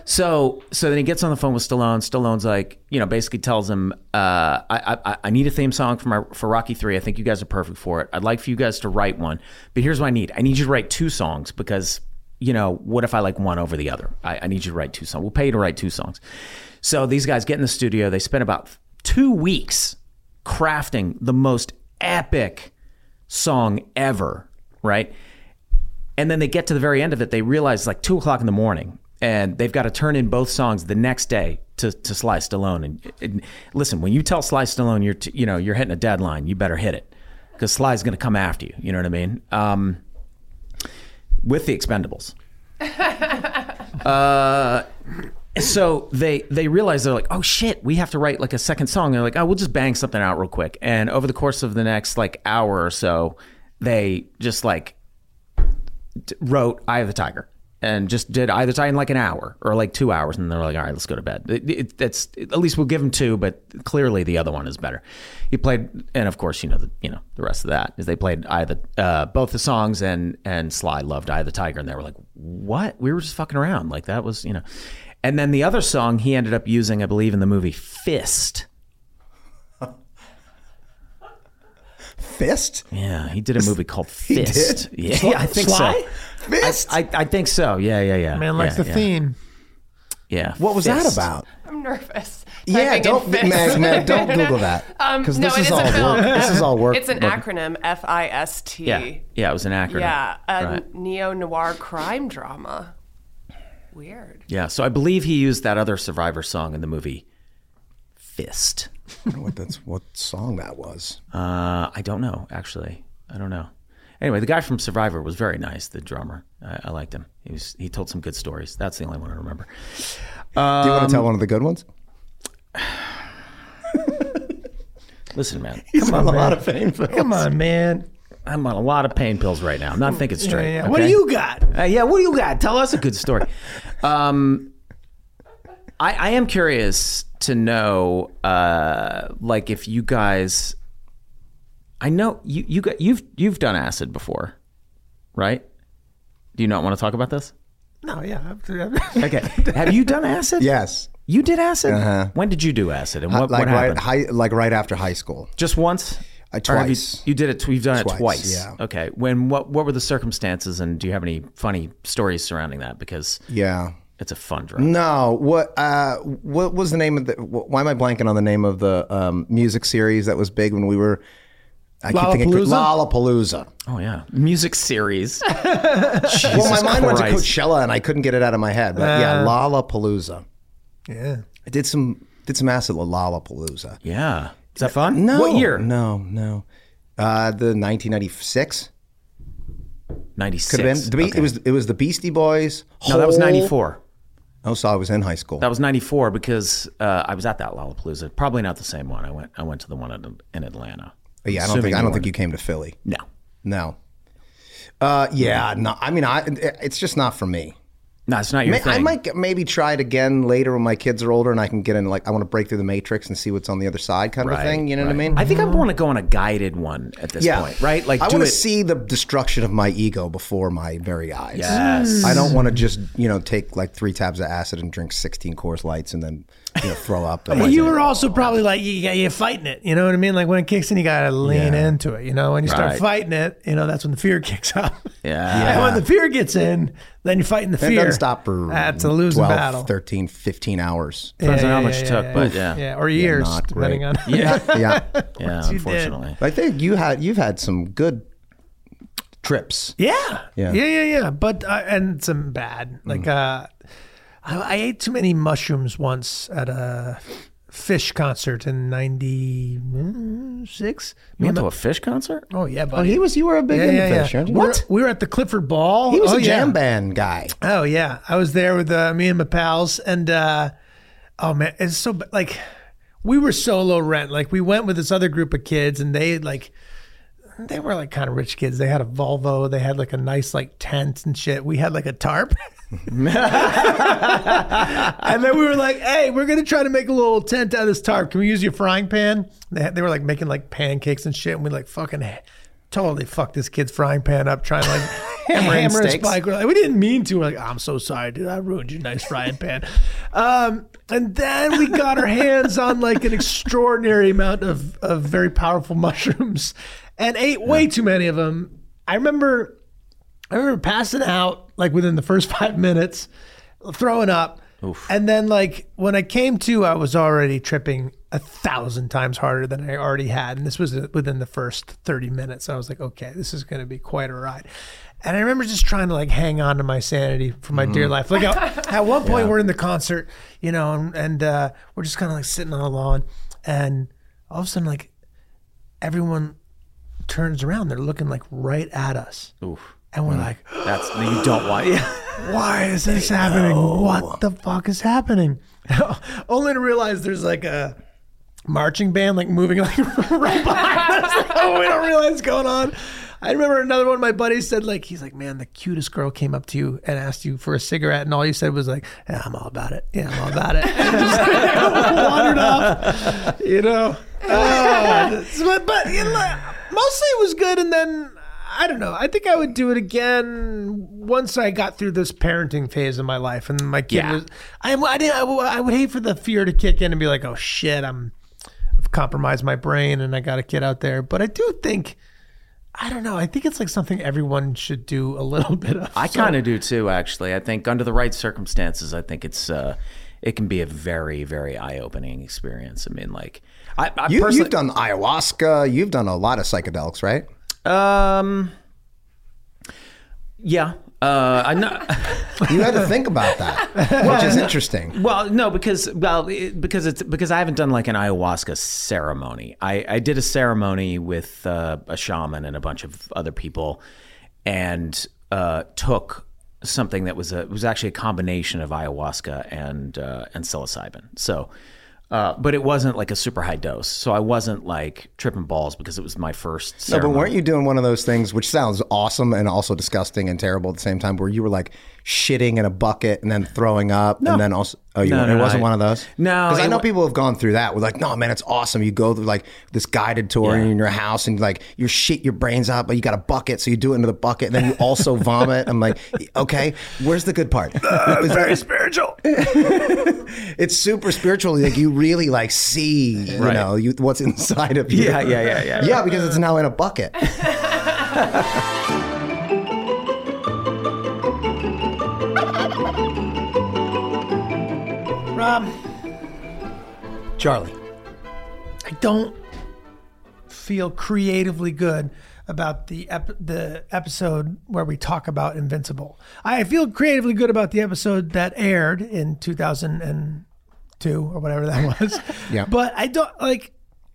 So, so then he gets on the phone with Stallone. Stallone's like, you know, basically tells him, uh, I, I, I need a theme song for my for Rocky Three. I think you guys are perfect for it. I'd like for you guys to write one, but here's what I need. I need you to write two songs because, you know, what if I like one over the other? I, I need you to write two songs. We'll pay you to write two songs. So these guys get in the studio. They spend about two weeks crafting the most epic song ever, right? And then they get to the very end of it, they realize like two o'clock in the morning, and they've got to turn in both songs the next day to, to Sly Stallone. And, and listen, when you tell Sly Stallone you're t- you know you're hitting a deadline, you better hit it because Sly's going to come after you. You know what I mean? Um, *laughs* with the Expendables. Uh, so they they realize they're like, oh shit, we have to write like a second song. they're like, oh, we'll just bang something out real quick. And over the course of the next like hour or so, they just like d- wrote "Eye of the Tiger" and just did "Eye of the Tiger" in like an hour or like two hours, and they're like, all right, let's go to bed. It, it, that's at least we'll give them two, but clearly the other one is better. He played, and of course you know the you know the rest of that is they played "Eye of the" uh, both the songs, and and Sly loved "Eye of the Tiger," and they were like, what? We were just fucking around, like that was you know. And then the other song he ended up using, I believe, in the movie Fist. Fist? Yeah, he did a movie called Fist. Yeah, I think Sly? so. Fist? I, I think so. Yeah, yeah, yeah. Man likes yeah, the yeah. theme. Yeah. what was that Fist. about? I'm nervous. Typing Yeah, in don't fist. Mag, *laughs* Mag, *laughs* don't Google that Um, because no, this it is is a all film. work. This is all work. It's an acronym, F I S T. Yeah, yeah, it was an acronym. Yeah, a Right. neo noir crime drama. Weird. Yeah. So I believe he used that other Survivor song in the movie Fist. I don't know what that's what song that was. Uh, I don't know, actually. I don't know. Anyway, the guy from Survivor was very nice. The drummer, I, I liked him. He was he told some good stories. That's the only one I remember. Do you want Um, to tell one of the good ones? Listen, man, He's on, a lot of fame. Come on, man. I'm on a lot of pain pills right now. I'm not thinking Yeah, straight. yeah. What do okay? you got? Uh, yeah, what do you got? Tell us a good story. Um, I, I am curious to know, uh, like, if you guys, I know you you got you've you've done acid before, right? Do you not want to talk about this? No, yeah. *laughs* Okay, have you *laughs* done acid? Yes, you did acid. Uh-huh. Uh, When did you do acid, and what, like what right, happened? high, like right after high school. Just once. Uh, Or have you- twice. You, did it. tw- You've done Twice, it twice. yeah. Okay. When? What? What were the circumstances? And do you have any funny stories surrounding that? Because Yeah. it's a fun drug. No, what uh, what was the name of the? wh- Why am I blanking on the name of the um, music series that was big when we were? I Lollapalooza? Lollapalooza. Oh yeah, music *laughs* series. well, my mind went to Christ. Uh. Coachella, and I couldn't get it out of my head. But yeah, Lollapalooza. yeah. I did some did some acid at Lollapalooza. yeah, is that fun? No, What year? No, no. Uh, the 1996 Ninety could have six. been. The Be- It was it was the Beastie Boys. no, that was Hole. ninety four. Oh, so I was in high school. That was ninety four because uh, I was at that Lollapalooza. Probably not the same one. I went. I went to the one in, in Atlanta. Oh, yeah, I don't think I don't think you came to Philly. No. No. Uh, yeah, Hmm. no. I mean, I it's just not for me. No, it's not your May- thing. I might get- maybe try it again later when my kids are older and I can get in. Like, I want to break through the matrix and see what's on the other side, kind of a Right, thing. You know what I mean? I think I want to go on a guided one at this yeah, point, right? Like I do want it. to see the destruction of my ego before my very eyes. yes. I don't want to just you know take like three tabs of acid and drink sixteen Coors Lights and then you know, throw *laughs* up. And you were also probably like, you, you- you're fighting it. You know what I mean? Like when it kicks in, you got to lean into it. You know, when you start Right. fighting it, you know, that's when the fear *laughs* kicks up. Yeah. And when the fear gets in, then you're fighting the That fear. doesn't stop for That's a losing 12, battle. 13, 15 hours. Depends Yeah, on how yeah, much yeah, it took, yeah, but yeah. yeah. or years, not depending great. on. Yeah, *laughs* yeah. Yeah, you did. unfortunately. I think you had you've had some good trips. *laughs* Yeah. Yeah. Yeah. Yeah. yeah. But, uh, and some bad. Like, Mm. uh, I, I ate too many mushrooms once at a fish concert in 96. You went to a fish concert? Oh, yeah. Buddy. Oh, he was. You were a big yeah, into yeah, fish. yeah. weren't you? We were- We were at the Clifford Ball. He was oh, a jam yeah. band guy. Oh yeah, I was there with uh, me and my pals, and uh, oh man, it's so ba- like we were so low rent. Like we went with this other group of kids, and they like they were like kind of rich kids. They had a Volvo, they had like a nice like tent and shit. We had like a tarp. *laughs* and then we were like, "Hey, we're gonna try to make a little tent out of this tarp. Can we use your frying pan?" They, had- they were like making like pancakes and shit, and we like fucking totally fucked this kid's frying pan up, trying to like hammer, in hammer a steaks. spike. We're like, we didn't mean to. We're like, "I'm so sorry, dude. I ruined your nice frying pan." Um, and then we got our hands on like an extraordinary amount of of very powerful *laughs* mushrooms, and ate way too many of them. I remember I remember passing out like within the first *laughs* five minutes, throwing up. And then like when I came to, I was already tripping a thousand times harder than I already had. And this was uh, within the first 30 minutes. I was like, okay, this is going to be quite a ride. And I remember just trying to like hang on to my sanity for my dear life. Like at, at one point we're in the concert, you know, and, and uh, we're just kind of like sitting on a lawn and all of a sudden like everyone turns around. They're looking like right at us. Oof. And we're like, *laughs* That's you don't want. Yeah. why is this happening? What the fuck is happening? *laughs* Only to realize there's like a marching band like moving *laughs* like right behind us. oh, we don't realize what's going on. I remember another one. My buddy said like he's like, man, the cutest girl came up to you and asked you for a cigarette, and all you said was like, yeah, I'm all about it. Yeah, I'm all about it. *laughs* And just wandered off. You know. Oh, that's- but but you know, mostly it was good, and then. I don't know. I think I would do it again once I got through this parenting phase of my life, and my kid Yeah. was. I, I, didn't, I, I would hate for the fear to kick in and be like, "Oh shit, I'm I've compromised my brain and I got a kid out there. But I do think, I don't know, I think it's like something everyone should do a little *laughs* bit of. I kind of do too, actually. I think under the right circumstances, I think it's uh, it can be a very, very eye-opening experience. I mean, like I, I You, personally, you've done ayahuasca. You've done a lot of psychedelics, right? um, yeah, uh, I know. You had to think about that, which *laughs* is interesting. Well, no, because well, it, because it's because I haven't done like an ayahuasca ceremony. I, I did a ceremony with uh, a shaman and a bunch of other people, and uh, took something that was a it was actually a combination of ayahuasca and uh, and psilocybin. So. Uh, but it wasn't like a super high dose, so I wasn't like tripping balls because it was my first. No, but ceremony. weren't you doing one of those things, which sounds awesome and also disgusting and terrible at the same time, where you were like shitting in a bucket and then throwing up, and then also, oh, you No, weren't- no, it no, wasn't I- one of those. No, because I it know wa- people have gone through that. With like, no, man, it's awesome. You go through like this guided tour in your house, and like you shit your brains out, but you got a bucket, so you do it into the bucket, and then you *laughs* also vomit. I'm like, okay, where's the good part? Uh, *laughs* It's very spiritual. it's super spiritual. Like you really like see, you Right. know, you, what's inside of you. Yeah, yeah, yeah, *laughs* yeah. Yeah, because it's now in a bucket. Rob, Charlie. I don't feel creatively good about the ep- the episode where we talk about Invincible. I feel creatively good about the episode that aired in 2002 or whatever that *laughs* was. Yeah. But I don't like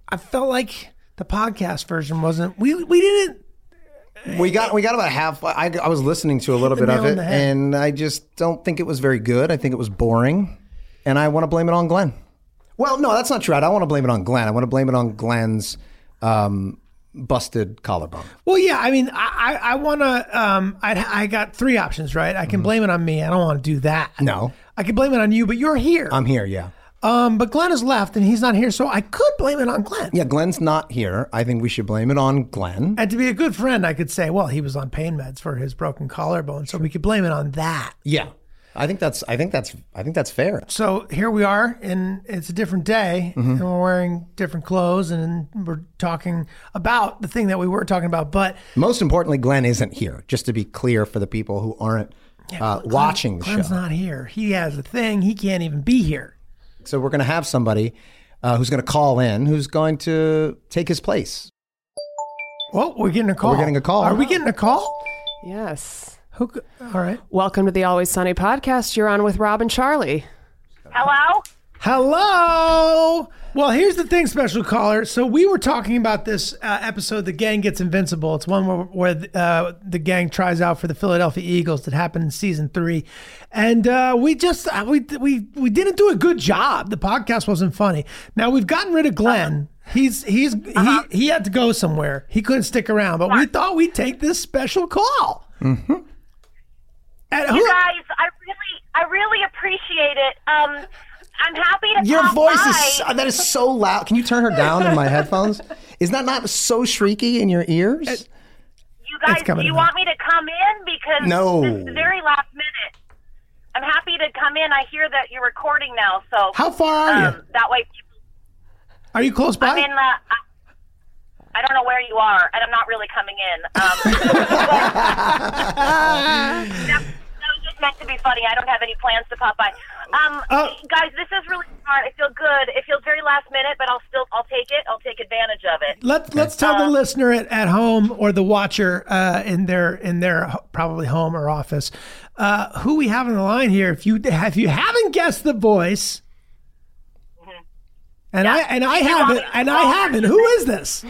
I felt like the podcast version wasn't we we didn't We got we got about half. I, I was listening to a little the bit of nail on it, the head. and I just don't think it was very good. I think it was boring, and I want to blame it on Glenn. Well, no, that's not true. I don't want to blame it on Glenn. I want to blame it on Glenn's um, busted collarbone. Well, yeah. I mean, I, I, I want to. Um, I, I got three options, right? I can blame it on me. I don't want to do that. Mm-hmm. No. Uh-huh. I can blame it on you, but you're here. I'm here, yeah, Um, but Glenn has left, and he's not here, so I could blame it on Glenn. yeah. Glenn's not here. I think we should blame it on Glenn. And to be a good friend, I could say, well, he was on pain meds for his broken collarbone, so we could blame it on that. Yeah, I think that's I think that's I think that's fair. So here we are, and it's a different day, Mm-hmm. and we're wearing different clothes, and we're talking about the thing that we were talking about. But Most importantly, Glenn isn't here. Just to be clear for the people who aren't uh, watching the Glenn's show. not here. He has a thing. He can't even be here. So we're going to have somebody uh, who's going to call in, who's going to take his place. Well, Oh, we're getting a call. getting a call. Are we getting a call? Yes. Who? c- All right. Welcome to the Always Sunny podcast. You're on with Rob and Charlie. Hello? Hello. Well, here's the thing, special caller. So we were talking about this uh, episode, "The Gang Gets Invincible." It's one where, where uh, the gang tries out for the Philadelphia Eagles that happened in season three, and uh, we just uh, we we we didn't do a good job. The podcast wasn't funny. Now we've gotten rid of Glenn. He's he's Uh-huh. he he had to go somewhere. He couldn't stick around, but we thought we'd take this special call. Mm-hmm. And who, You guys, I really I really appreciate it. Um I'm happy to Your pop voice by. is so, that is so loud. Can you turn her down in my headphones? Is that not so shrieky in your ears? You guys, It's coming do you in. want me to come in because No. this is the very last minute. I'm happy to come in. I hear that you're recording now, so how far are um, you? that way people Are you close by? I'm in the I, I don't know where you are, and I'm not really coming in. Um, that, that was just meant to be funny. I don't have any plans to pop by. Um, Oh. guys, this is really smart. It feels good. It feels very last minute, but I'll still I'll take it. I'll take advantage of it. Let, Let's tell uh, the listener at, at home or the watcher uh, in their in their ho- probably home or office uh, who we have on the line here. If you if you haven't guessed the voice, Mm-hmm. and I and I haven't and I haven't. Who is this?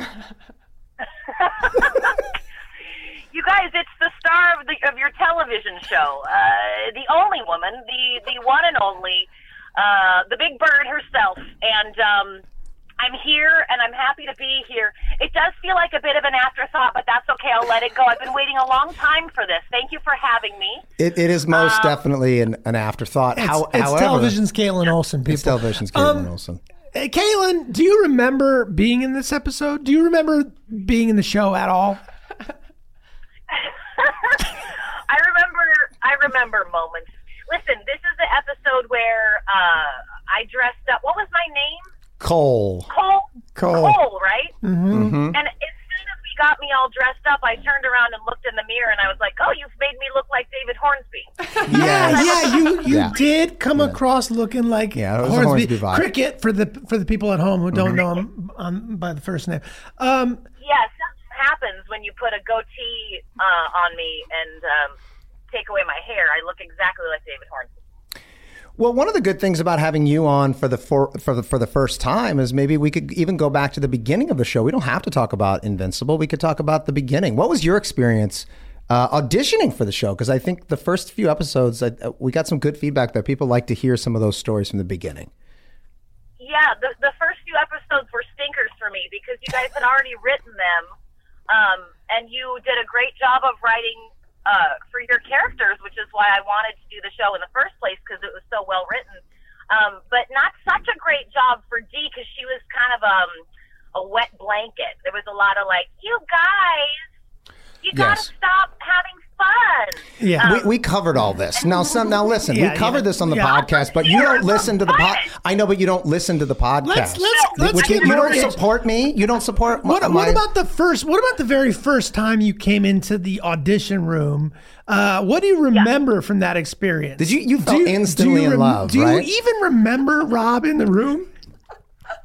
You guys, it's the star of, the, of your television show, uh, the only woman, the the one and only, uh, the Big Bird herself, and um, I'm here and I'm happy to be here. It does feel like a bit of an afterthought, but that's okay. I'll let it go. I've been waiting a long time for this. Thank you for having me. It, it is most definitely an, an afterthought. It's, How, it's however, television's Caitlin Olsen. People. It's television's Caitlin Olsen. Hey, Caitlin, do you remember being in this episode? Do you remember being in the show at all? I remember I remember moments. Listen, this is the episode where uh, I dressed up. What was my name? Cole. Cole. Cole. right? Mm-hmm. And as soon as he got me all dressed up, I turned around and looked in the mirror, and I was like, "Oh, you've made me look like David Hornsby." Yeah, Yes. yeah, you you Yeah. did come across looking like Yeah, it was a Hornsby, Hornsby vibe. Mm-hmm. cricket for the for the people at home who don't know him um, by the first name. Um, yeah, something happens when you put a goatee uh, on me and um, take away my hair. I look exactly like David Hornsby. Well, one of the good things about having you on for the for, for the for the first time is maybe we could even go back to the beginning of the show. We don't have to talk about Invincible. We could talk about the beginning. What was your experience uh, auditioning for the show? Because I think the first few episodes, I, uh, we got some good feedback that people like to hear some of those stories from the beginning. Yeah, the, the first few episodes were stinkers for me because you guys had already written them, um, and you did a great job of writing uh, for your characters, which is why I wanted to do the show in the first place because it was so well written. Um, but not such a great job for Dee because she was kind of um, a wet blanket. There was a lot of like, you guys, you gotta Yes. stop having fun. yeah, we, we covered all this. Now, some, now listen, Yeah, we covered yeah. this on the Yeah. podcast, but you don't listen to the pod. I know, but you don't listen to the podcast. Let's- let's- let's Which you, get you more don't into- support me. You don't support What, my, what about the first? What about the very first time you came into the audition room? Uh, what do you remember from that experience? Did you- you felt do instantly do you in rem- love, Do right? you even remember Rob in the room?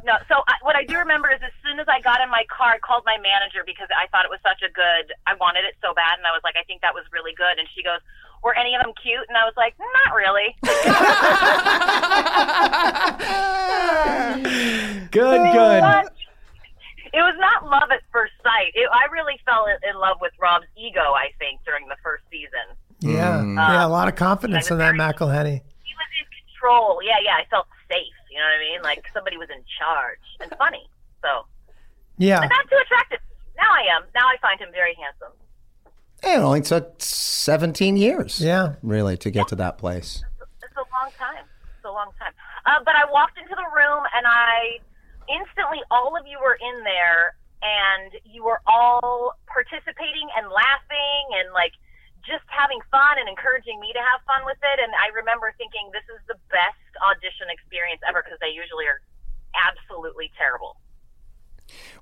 No, so I, what I do remember is as soon as I got in my car, I called my manager because I thought it was such a good. I wanted it so bad, and I was like, I think that was really good. And she goes, "Were any of them cute?" And I was like, "Not really." Good, Uh, good. it was not love at first sight. It, I really fell in, in love with Rob's ego. I think during the first season, Mm. Yeah, yeah, a lot of confidence in that McElhenney. he was in control. Yeah, yeah, I felt safe. You know what I mean? Like somebody was in charge and funny. So Yeah, not too attractive. Now I am. Now I find him very handsome. It only took 17 years. yeah. Really, to get to that place. It's a long time. It's a long time. Uh, but I walked into the room and I instantly, all of you were in there and you were all participating and laughing and like just having fun and encouraging me to have fun with it. And I remember thinking, this is the best audition experience ever because they usually are absolutely terrible.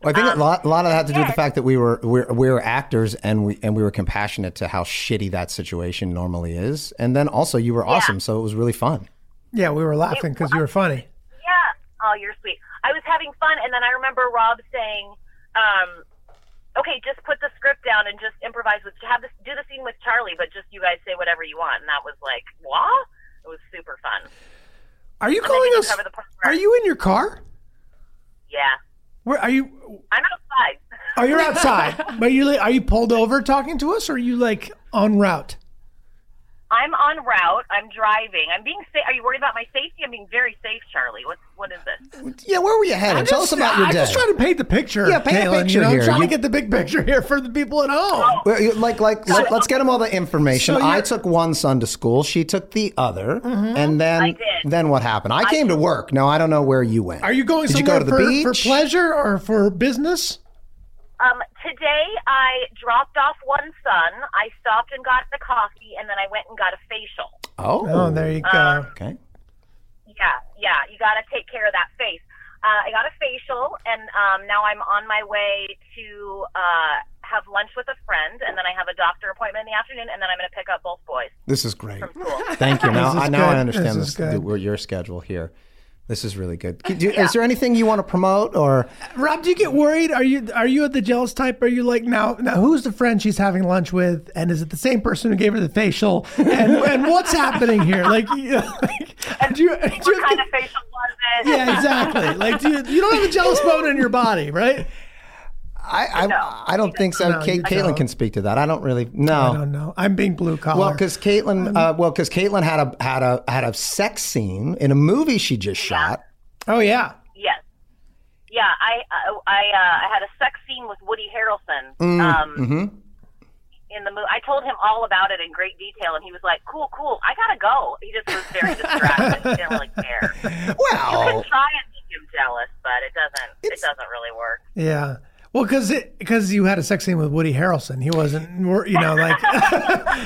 Well, I think a, lot, a lot of that had to do with the fact that we were we're, we were actors and we and we were compassionate to how shitty that situation normally is, and then also you were awesome, so it was really fun. Yeah, we were laughing because you were funny. Yeah. Oh, you're sweet. I was having fun, and then I remember Rob saying, um, "Okay, just put the script down and just improvise with have this do the scene with Charlie, but just you guys say whatever you want." And that was like, "What?" It was super fun. Are you And then calling you us? cover the part where- Are you in your car? Yeah, Where are you? I'm outside. Are you *laughs* outside? But you like, are you pulled over talking to us, or are you like en route? I'm on route. I'm driving. I'm being safe. Are you worried about my safety? I'm being very safe, Charlie. What's what is this? Yeah, where were you headed? Tell us about your I'm day. just trying to paint the picture. Yeah, paint a Caitlin, you picture know, here. I'm trying You- to get the big picture here for the people at home. Well, you- like, like, let, us get them all the information. So I you're- took one son to school; she took the other, and then did. then what happened? I, came to work. Now I don't know where you went. Are you going Did you somewhere go to the for, beach for pleasure or for business? Um, today I dropped off one son. I stopped and got the coffee, and then I went and got a facial. Oh, Oh, there you go. Uh, Okay. Yeah, yeah. You got to take care of that face. Uh, I got a facial, and um, now I'm on my way to uh, have lunch with a friend, and then I have a doctor appointment in the afternoon, and then I'm going to pick up both *laughs* boys This is great. from school. Thank *laughs* you. Now, This is I, now I good. understand this This is good. the- your schedule here. This is really good. Do- Is there anything you want to promote or? Rob, do you get worried? Are you are you the jealous type? Are you like now now who's the friend she's having lunch with? And is it the same person who gave her the facial? And, and what's happening here? Like, *laughs* you- like, do you, do you what kind of facial was it? Yeah, exactly. Like do you you don't have a jealous bone in your body, right? I I, No. I don't think so. No, Kate, you Caitlin don't. can speak to that. I don't really. No. I don't Um, know. I'm being blue collar. Oh. Well, because Caitlyn, uh, well, because Caitlyn had a had a had a sex scene in a movie she just shot. oh yeah, *laughs* Yes. Yeah, I I I, uh, I had a sex scene with Woody Harrelson. Mm, um, mm-hmm. In the movie, I told him all about it in great detail, and he was like, "Cool, cool, I gotta go." He just was *laughs* very distracted. he didn't really care. Oh. Well, Try and make him jealous, but it doesn't. it doesn't really work. yeah. Well, because because you had a sex scene with Woody Harrelson, he wasn't. wor- You know, like *laughs*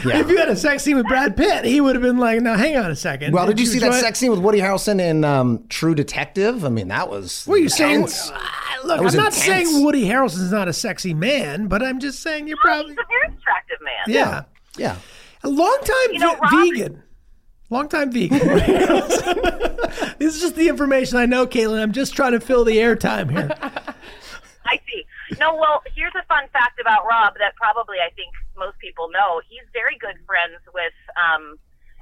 if you had a sex scene with Brad Pitt, he would have been like, "Now, hang on a second. well, did you see that enjoy it?" sex scene with Woody Harrelson in um, True Detective? I mean, that was. What are you saying? intense. Ah, Look, I'm was not intense. saying Woody Harrelson's not a sexy man, but I'm just saying you're He's probably a very attractive man. yeah, Yeah. a long time know, Rob- vegan, long time vegan. *laughs* Woody Harrelson. this is just the information I know, Caitlin. I'm just trying to fill the airtime here. I see. No, well, here's a fun fact about Rob that probably I think most people know. He's very good friends with um,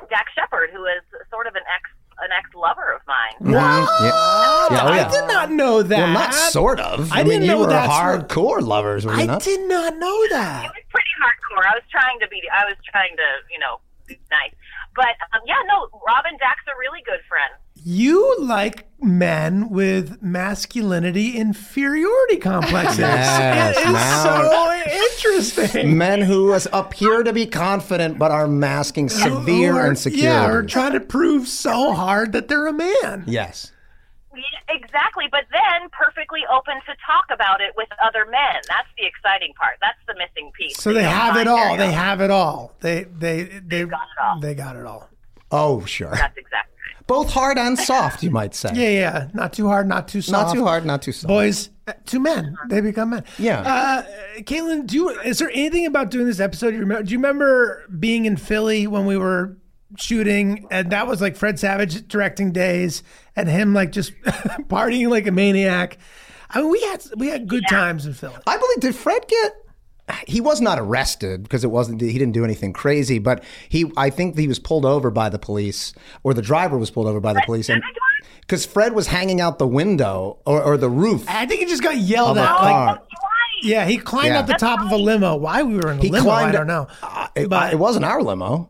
Dak Shepard, who is sort of an ex an ex lover of mine. Yeah. Yeah, oh, I yeah. did not know that. Well, not sort of. I, I mean, didn't you know were that's what- hardcore lovers, were you I not? did not know that. It's pretty hardcore. I was trying to be. I was trying to, you know, be nice. But um, yeah, no, Rob and Dax are really good friends. You like men with masculinity inferiority complexes. Yes, it is now- so interesting. Men who is- appear to be confident but are masking severe Or- insecurities. Yeah, or trying to prove so hard that they're a man. yes. Yeah, Exactly, but then perfectly open to talk about it with other men. That's the exciting part. That's the missing piece. So they don't have it find all. very They have it all. They they they got it all. They got it all. Oh, sure. often. That's exactly. right. Both hard and soft, you might say. Yeah, yeah. Not too hard. Not too soft. Not too hard, not too soft. Boys, uh, to men, they become men. Yeah. Uh, Caitlin, do you, is there anything about doing this episode you remember? Do you remember being in Philly when we were shooting, and that was like Fred Savage directing days, and him like just *laughs* partying like a maniac. I mean, we had we had good times in Philly. I believe did Fred get? He was not arrested because it wasn't. He didn't do anything crazy, but he. I think he was pulled over by the police, or the driver was pulled over by the police, and because Fred was hanging out the window or, or the roof I think he just got of yelled a at. Like, car. Oh, Right. yeah, he climbed Yeah. up the top of a limo. Why we were in a limo, I climbed- don't know. Uh, it, But- it wasn't our limo.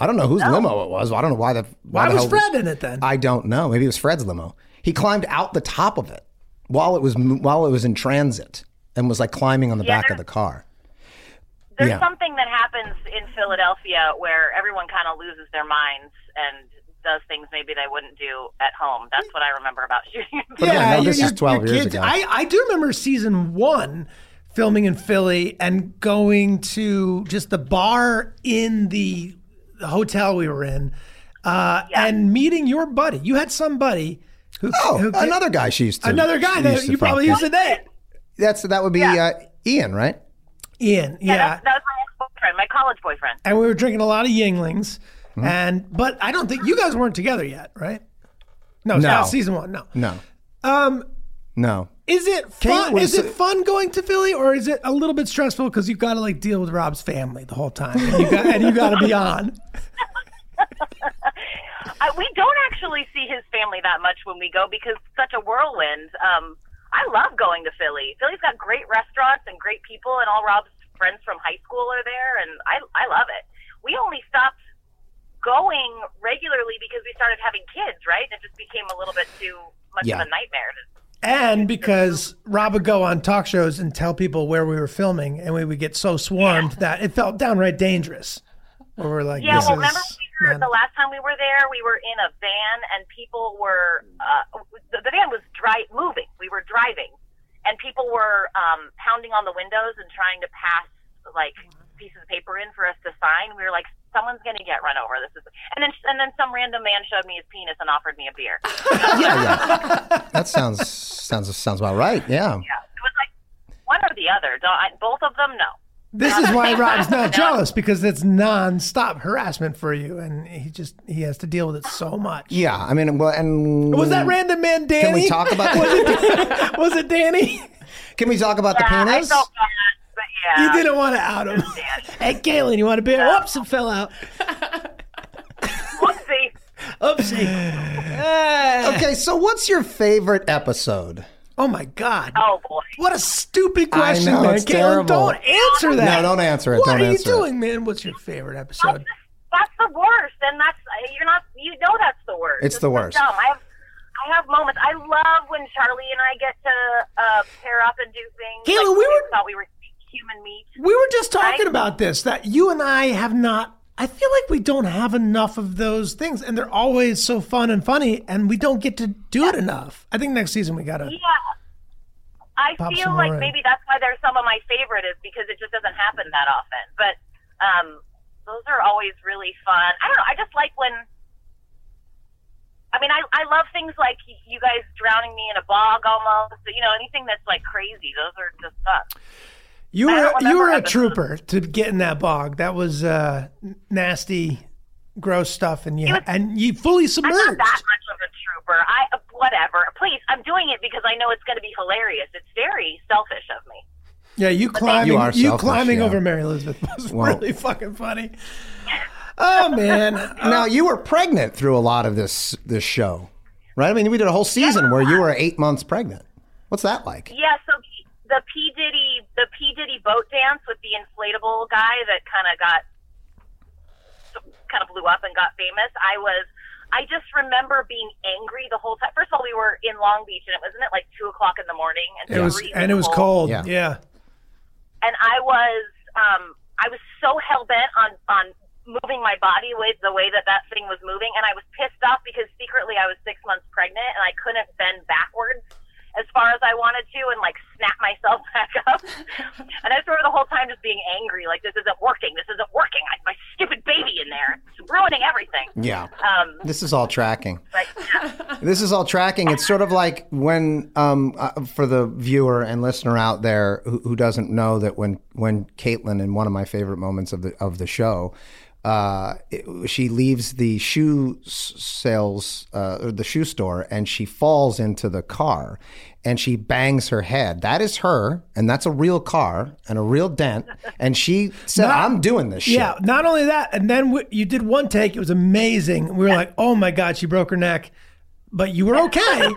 I don't know whose limo it was. I don't know why the Why the was hell- Fred in it then? I don't know. Maybe it was Fred's limo. He climbed out the top of it while it was while it was in transit and was like climbing on the back of the car. There's Yeah. something that happens in Philadelphia where everyone kind of loses their minds and does things maybe they wouldn't do at home. That's what I remember about shooting. But yeah, no, you- this you- is twelve your years kids- ago. I, I do remember season one filming in Philly and going to just the bar in the hotel we were in uh, and meeting your buddy. You had some buddy who, Oh, who another guy she used to. another guy that used to you fuck probably with. used to date. That's that would be uh, Ian, right? Ian, yeah. That, that was my ex-boyfriend, my college boyfriend. And we were drinking a lot of Yinglings, Mm-hmm. and but I don't think you guys weren't together yet, right? No, No. no. season one. No. No, Um, no. Is it fun? was- is it fun going to Philly, or is it a little bit stressful because you've got to like deal with Rob's family the whole time, and you got and you got to be on? I, we don't actually see his family that much when we go because it's such a whirlwind. Um, I love going to Philly. Philly's got great restaurants and great people, and all Rob's friends from high school are there, and I I love it. We only stopped going regularly because we started having kids, right? It just became a little bit too much Yeah. of a nightmare. to- And because Rob would go on talk shows and tell people where we were filming, and we would get so swarmed that it felt downright dangerous. Where we're like, Yeah, this well, is remember we were, man- the last time we were there, we were in a van, and people were uh, the, the van was dri- moving. We were driving, and people were um, pounding on the windows and trying to pass like pieces of paper in for us to sign. We were like, "Someone's going to get run over." This is, and then and then some random man showed me his penis and offered me a *laughs* beer. Yeah, yeah. that sounds sounds sounds about right. Yeah. It was like one or the other. Don't, I, both of them, no. this is why Rob's not jealous because it's nonstop harassment for you, and he just he has to deal with it so much. Yeah. I mean, well, and Was that random man Danny? Can we talk about *laughs* Was it, was it Danny? *laughs* Can we talk about Yeah, the I penis? felt bad, but yeah, You didn't want to out him. Hey, Galen, you want a beer? Oops, it fell out. Whoopsie. Oopsie. Okay. So, what's your favorite episode? Oh my God. Oh boy. What a stupid question, know, man. it's Caitlin, terrible. don't answer that. No, don't answer it. What Don't are you answer it. doing, man? What's your favorite That's episode? the, that's the worst, and that's you're not. You know that's the worst. It's the so worst. dumb. I have, I have moments. I love when Charlie and I get to uh, pair up and do things. Kayla, we like when were- thought we were human meat. We were just talking Right? about this that you and I have not. I feel like we don't have enough of those things, and they're always so fun and funny, and we don't get to do it enough. I think next season we gotta. Yeah. I Pop feel some like more in. maybe that's why they're some of my favorite is because it just doesn't happen that often. But um, those are always really fun. I don't know. I just like when. I mean, I, I love things like y- you guys drowning me in a bog almost. You know, anything that's like crazy. Those are just fun. You I were don't you remember were a episodes. trooper to get in that bog. That was uh, n- nasty, gross stuff, and you and you fully I'm submerged. not that much of a trooper. I whatever. Please, I'm doing it because I know it's going to be hilarious. It's very selfish of me. Yeah, you climbing, You you, are selfish, climbing yeah. over Mary Elizabeth was *laughs* Well- really fucking funny. Oh man, Now you were pregnant through a lot of this this show, right? I mean, we did a whole season where you were eight months pregnant. What's that like? Yeah, so P- the P Diddy the P Diddy boat dance with the inflatable guy that kind of got kind of blew up and got famous. I was I just remember being angry the whole time. First of all, we were in Long Beach and it wasn't it like two o'clock in the morning and it was freezing and it was cold. Yeah. yeah. and I was um, I was so hell bent on on moving my body with the way that that thing was moving, and I was pissed off because secretly I was six months pregnant and I couldn't bend backwards as far as I wanted to and like snap myself *laughs* back up. and I sort of the whole time just being angry, like this isn't working, this isn't working. I, my stupid baby in there, it's ruining everything. Yeah. Um, This is all tracking. but yeah, This is all tracking. It's sort of like when, um, uh, for the viewer and listener out there who, who doesn't know that when when Caitlin in one of my favorite moments of the of the show, uh, it- she leaves the shoe s- sales uh, or the shoe store and she falls into the car and she bangs her head. That is her, and that's a real car and a real dent. And she said, "I'm doing this shit." Yeah, not only that, and then we, you did one take. It was amazing. We were like, oh my God, she broke her neck. But you were *laughs* okay.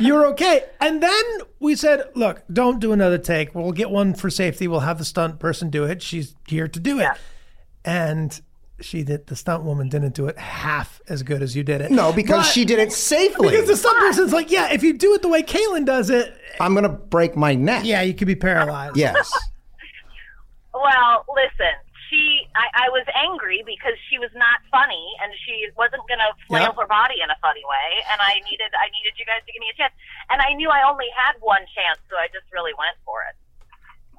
you were okay. And then we said, look, don't do another take. We'll get one for safety. We'll have the stunt person do it. She's here to do it. And she did, the stunt woman didn't do it half as good as you did it. No, because But- she did it safely. Because the stunt person's like, yeah, if you do it the way Caitlin does it, I'm gonna break my neck. yeah, you could be paralyzed. Yes. Well, listen, she I, I was angry because she was not funny and she wasn't gonna Yeah. flail her body in a funny way and I needed I needed you guys to give me a chance. And I knew I only had one chance, so I just really went for it.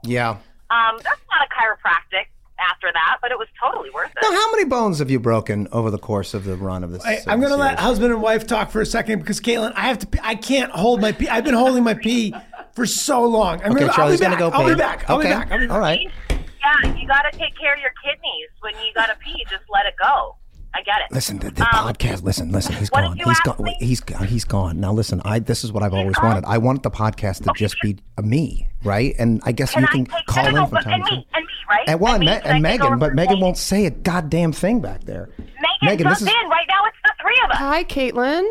Yeah. Um, that's not a chiropractic after that, but it was totally worth it. Now, how many bones have you broken over the course of the run of this? I, I'm gonna let husband and wife talk for a second because Caitlin, I have to. Pee. I can't hold my pee. I've been holding my pee for so long. I'm Okay, gonna, Charlie's I'll be gonna go back. I'll pee. be back. I'll okay. be back. I'll be back. All right. Yeah, you gotta take care of your kidneys. When you gotta pee, just let it go. I get it. Listen, the, the Um, podcast. Listen, listen. He's what did gone. you He's ask gone. me? Wait, He's gone. He's gone. Now, listen. I. This is what I've always gone? wanted. I want the podcast to just be me, right? And I guess Can you I can take- call no, no, in no, from but- time and to time. me, and me, right? And well, And and, me, Me- can and I take Megan, over but for Megan Megan? won't say a goddamn thing back there. Megan, this jump is in. Right now it's the three of us. Hi, Caitlin.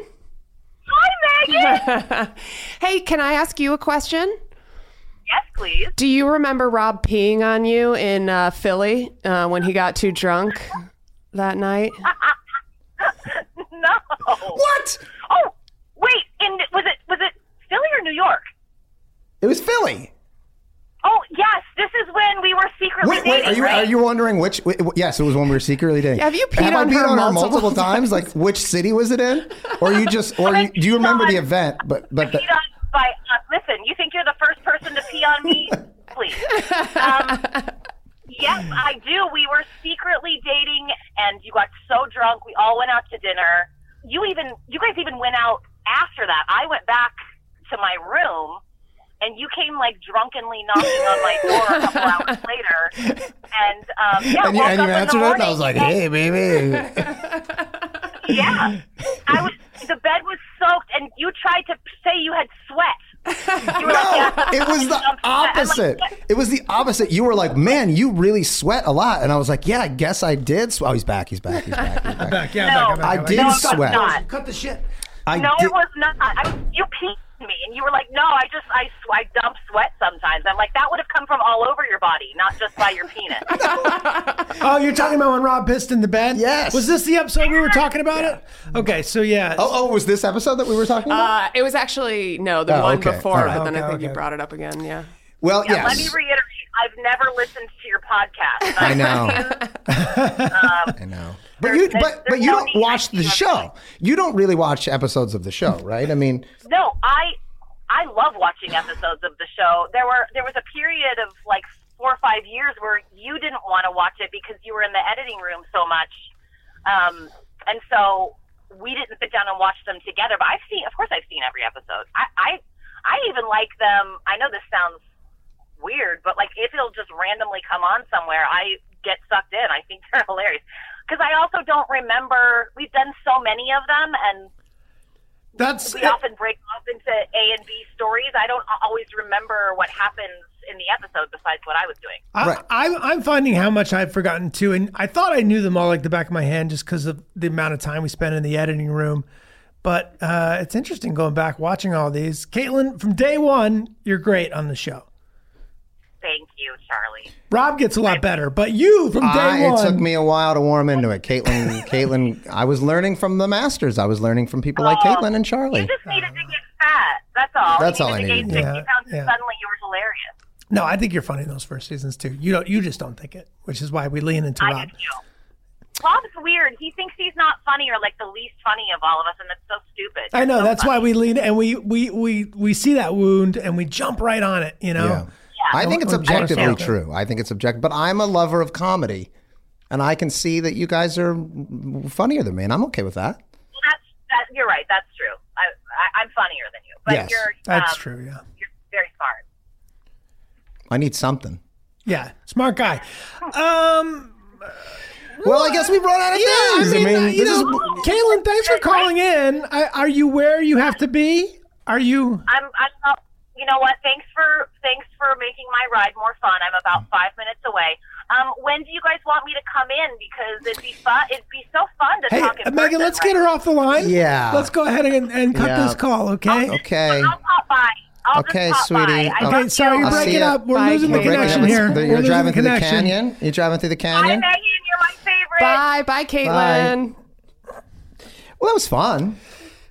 Hi Megan. Hey, can I ask you a question? yes, please. Do you remember Rob peeing on you in uh, Philly uh, when he got too drunk that night? No. What? Oh, wait. In was it was it Philly or New York? It was Philly. Oh yes, this is when we were secretly Wait, wait. dating, Are you right? are you wondering which? wait, wait, yes, it was when we were secretly dating. Have you peed Have on I peed her on her multiple *laughs* multiple times? Like, which city was it in? Or you just? Or you, do you remember the event? But but the, *laughs* Peed on by uh, listen. You think you're the first person to pee *laughs* on me? Please. Um, yes, I do. We were secretly dating, and you got so drunk. We all went out to dinner. You even you guys even went out after that. I went back to my room. And you came like drunkenly knocking on my door a couple *laughs* hours later, and um, yeah, and you, woke and up in you the answered it, and I was like, morning "Hey, baby." Yeah. I was the bed was soaked and you tried to say you had sweat. You were like, No, yeah, it was the I'm sweat. I'm like, opposite. It was the opposite. You were like, "Man, you really sweat a lot," and I was like, "Yeah, I guess I did." sweat." Oh, he's back. He's back. He's back. He's back. Back, yeah, back, No. back, back, I back. did No, it was sweat. not. Cut the shit. *laughs* I No, did- it was not. I was, you peed me. And you were like, no, I just, I, sw- I dump sweat sometimes. I'm like, that would have come from all over your body, not just by *laughs* your penis. Oh, you're talking about when Rob pissed in the bed? Yes. Was this the episode we were talking about it? Okay, so yeah. Oh, oh, was this episode that we were talking about? Uh, it was actually no the Oh, one okay. before, All right. but then I Okay, think okay. you brought it up again. Yeah. well, Yeah, yes. let me reiterate. I've never listened to your podcast. I *laughs* know. I know. But you, Um, but, there's- but there's you no don't need watch to the have- show. You don't really watch episodes of the show, right? I mean, No, I I love watching episodes of the show. There were there was a period of like four or five years where you didn't want to watch it because you were in the editing room so much, um, and so we didn't sit down and watch them together. But I've seen, of course, I've seen every episode. I I, I even like them. I know this sounds weird, but like if it'll just randomly come on somewhere, I get sucked in. I think they're *laughs* hilarious. Because I also don't remember. We've done so many of them, and That's we often break off into A and B stories. I don't always remember what happens in the episode besides what I was doing. I, Right. I'm, I'm finding how much I've forgotten too. And I thought I knew them all like the back of my hand just because of the amount of time we spent in the editing room. But uh, it's interesting going back, watching all these. Caitlin, from day one, you're great on the show. Thank you, Charlie. Rob gets a lot better, but you from day I, one. it took me a while to warm into it. *laughs* Caitlin, Caitlin, I was learning from the masters. I was learning from people Oh. like Caitlin and Charlie. You just needed to get fat. That's all. That's you all I needed, needed. to gain yeah. Sixty pounds, Yeah. and suddenly you were hilarious. No, I think you're funny in those first seasons too. You don't. You just don't think it, which is why we lean into I Rob. do too. Rob's weird. He thinks he's not funny or like the least funny of all of us, and that's so stupid. I know that's why we lean and we we we we see that wound and we jump right on it. You know. Yeah. I think it's I'm- I'm jealous of objectively that. true. I think it's objective, but I'm a lover of comedy, and I can see that you guys are funnier than me, and I'm okay with that. Well, that's that. You're right. That's true. I, I I'm funnier than you, but Yes, you're That's um, true. Yeah. You're very smart. I need something. Yeah. Smart guy. Um. Well, I guess we've run out of Yeah. things. I mean, uh, you this is- know, Caitlin, thanks for calling in. I, are you where you have to be? Are you? I'm, I'm uh, you know what? Thanks for thanks for making my ride more fun. I'm about Mm. five minutes away. Um, when do you guys want me to come in? Because it'd be fun. It'd be so fun to Hey, uh, talk. In Megan, person. let's get her off the line. Yeah. Let's go ahead and, and cut Yeah. this call. Okay. okay. I'll pop by. I'll Okay, just pop sweetie. By. Okay, I love Okay. you. Sorry, you're I'll see breaking ya. up. We're Bye, losing the Caitlin. connection Wait, here. wait, wait, We're You're losing driving the through the connection. canyon. You're driving through the Bye, canyon. Megan. You're my favorite. Bye, bye, Caitlin. Well, that was fun.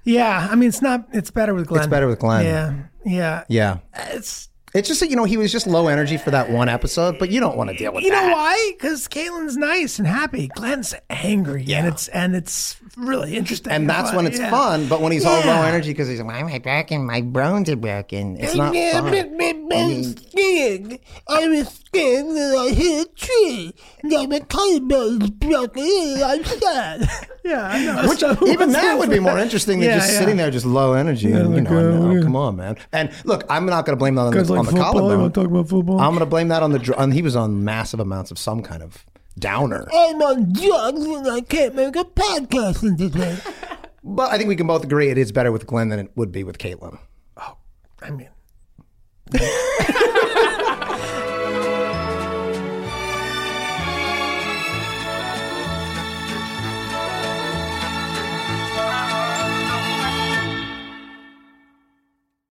Yeah. I mean, it's not. It's better with Glenn. better with Glenn. Yeah. Yeah. Yeah. It's. It's just that, you know, he was just low energy for that one episode, but you don't want to deal with You that. know why? Because Caitlin's nice and happy. Glenn's angry, and it's and it's really interesting. And that's when it's Yeah. fun, but when he's all Yeah. low energy because he's like, my back and my bones are broken. It's not Yeah, fun. but my bones scared. I was scared when I hit a tree. Now my collarbone's broken. I'm sad. Yeah, I know. *laughs* Which, So- even that would be more interesting than Yeah, just yeah. sitting there, just low energy. and, you like, uh, know, what and, do oh, you- come on, man. And look, I'm not going to blame that on the, Guys like on the football. You collarbone. want to talk about football? I'm going to blame that on the. dr- On, he was on massive amounts of some kind of downer. I'm on drugs and I can't make a podcast in today. But I think we can both agree it is better with Glenn than it would be with Caitlin. I mean,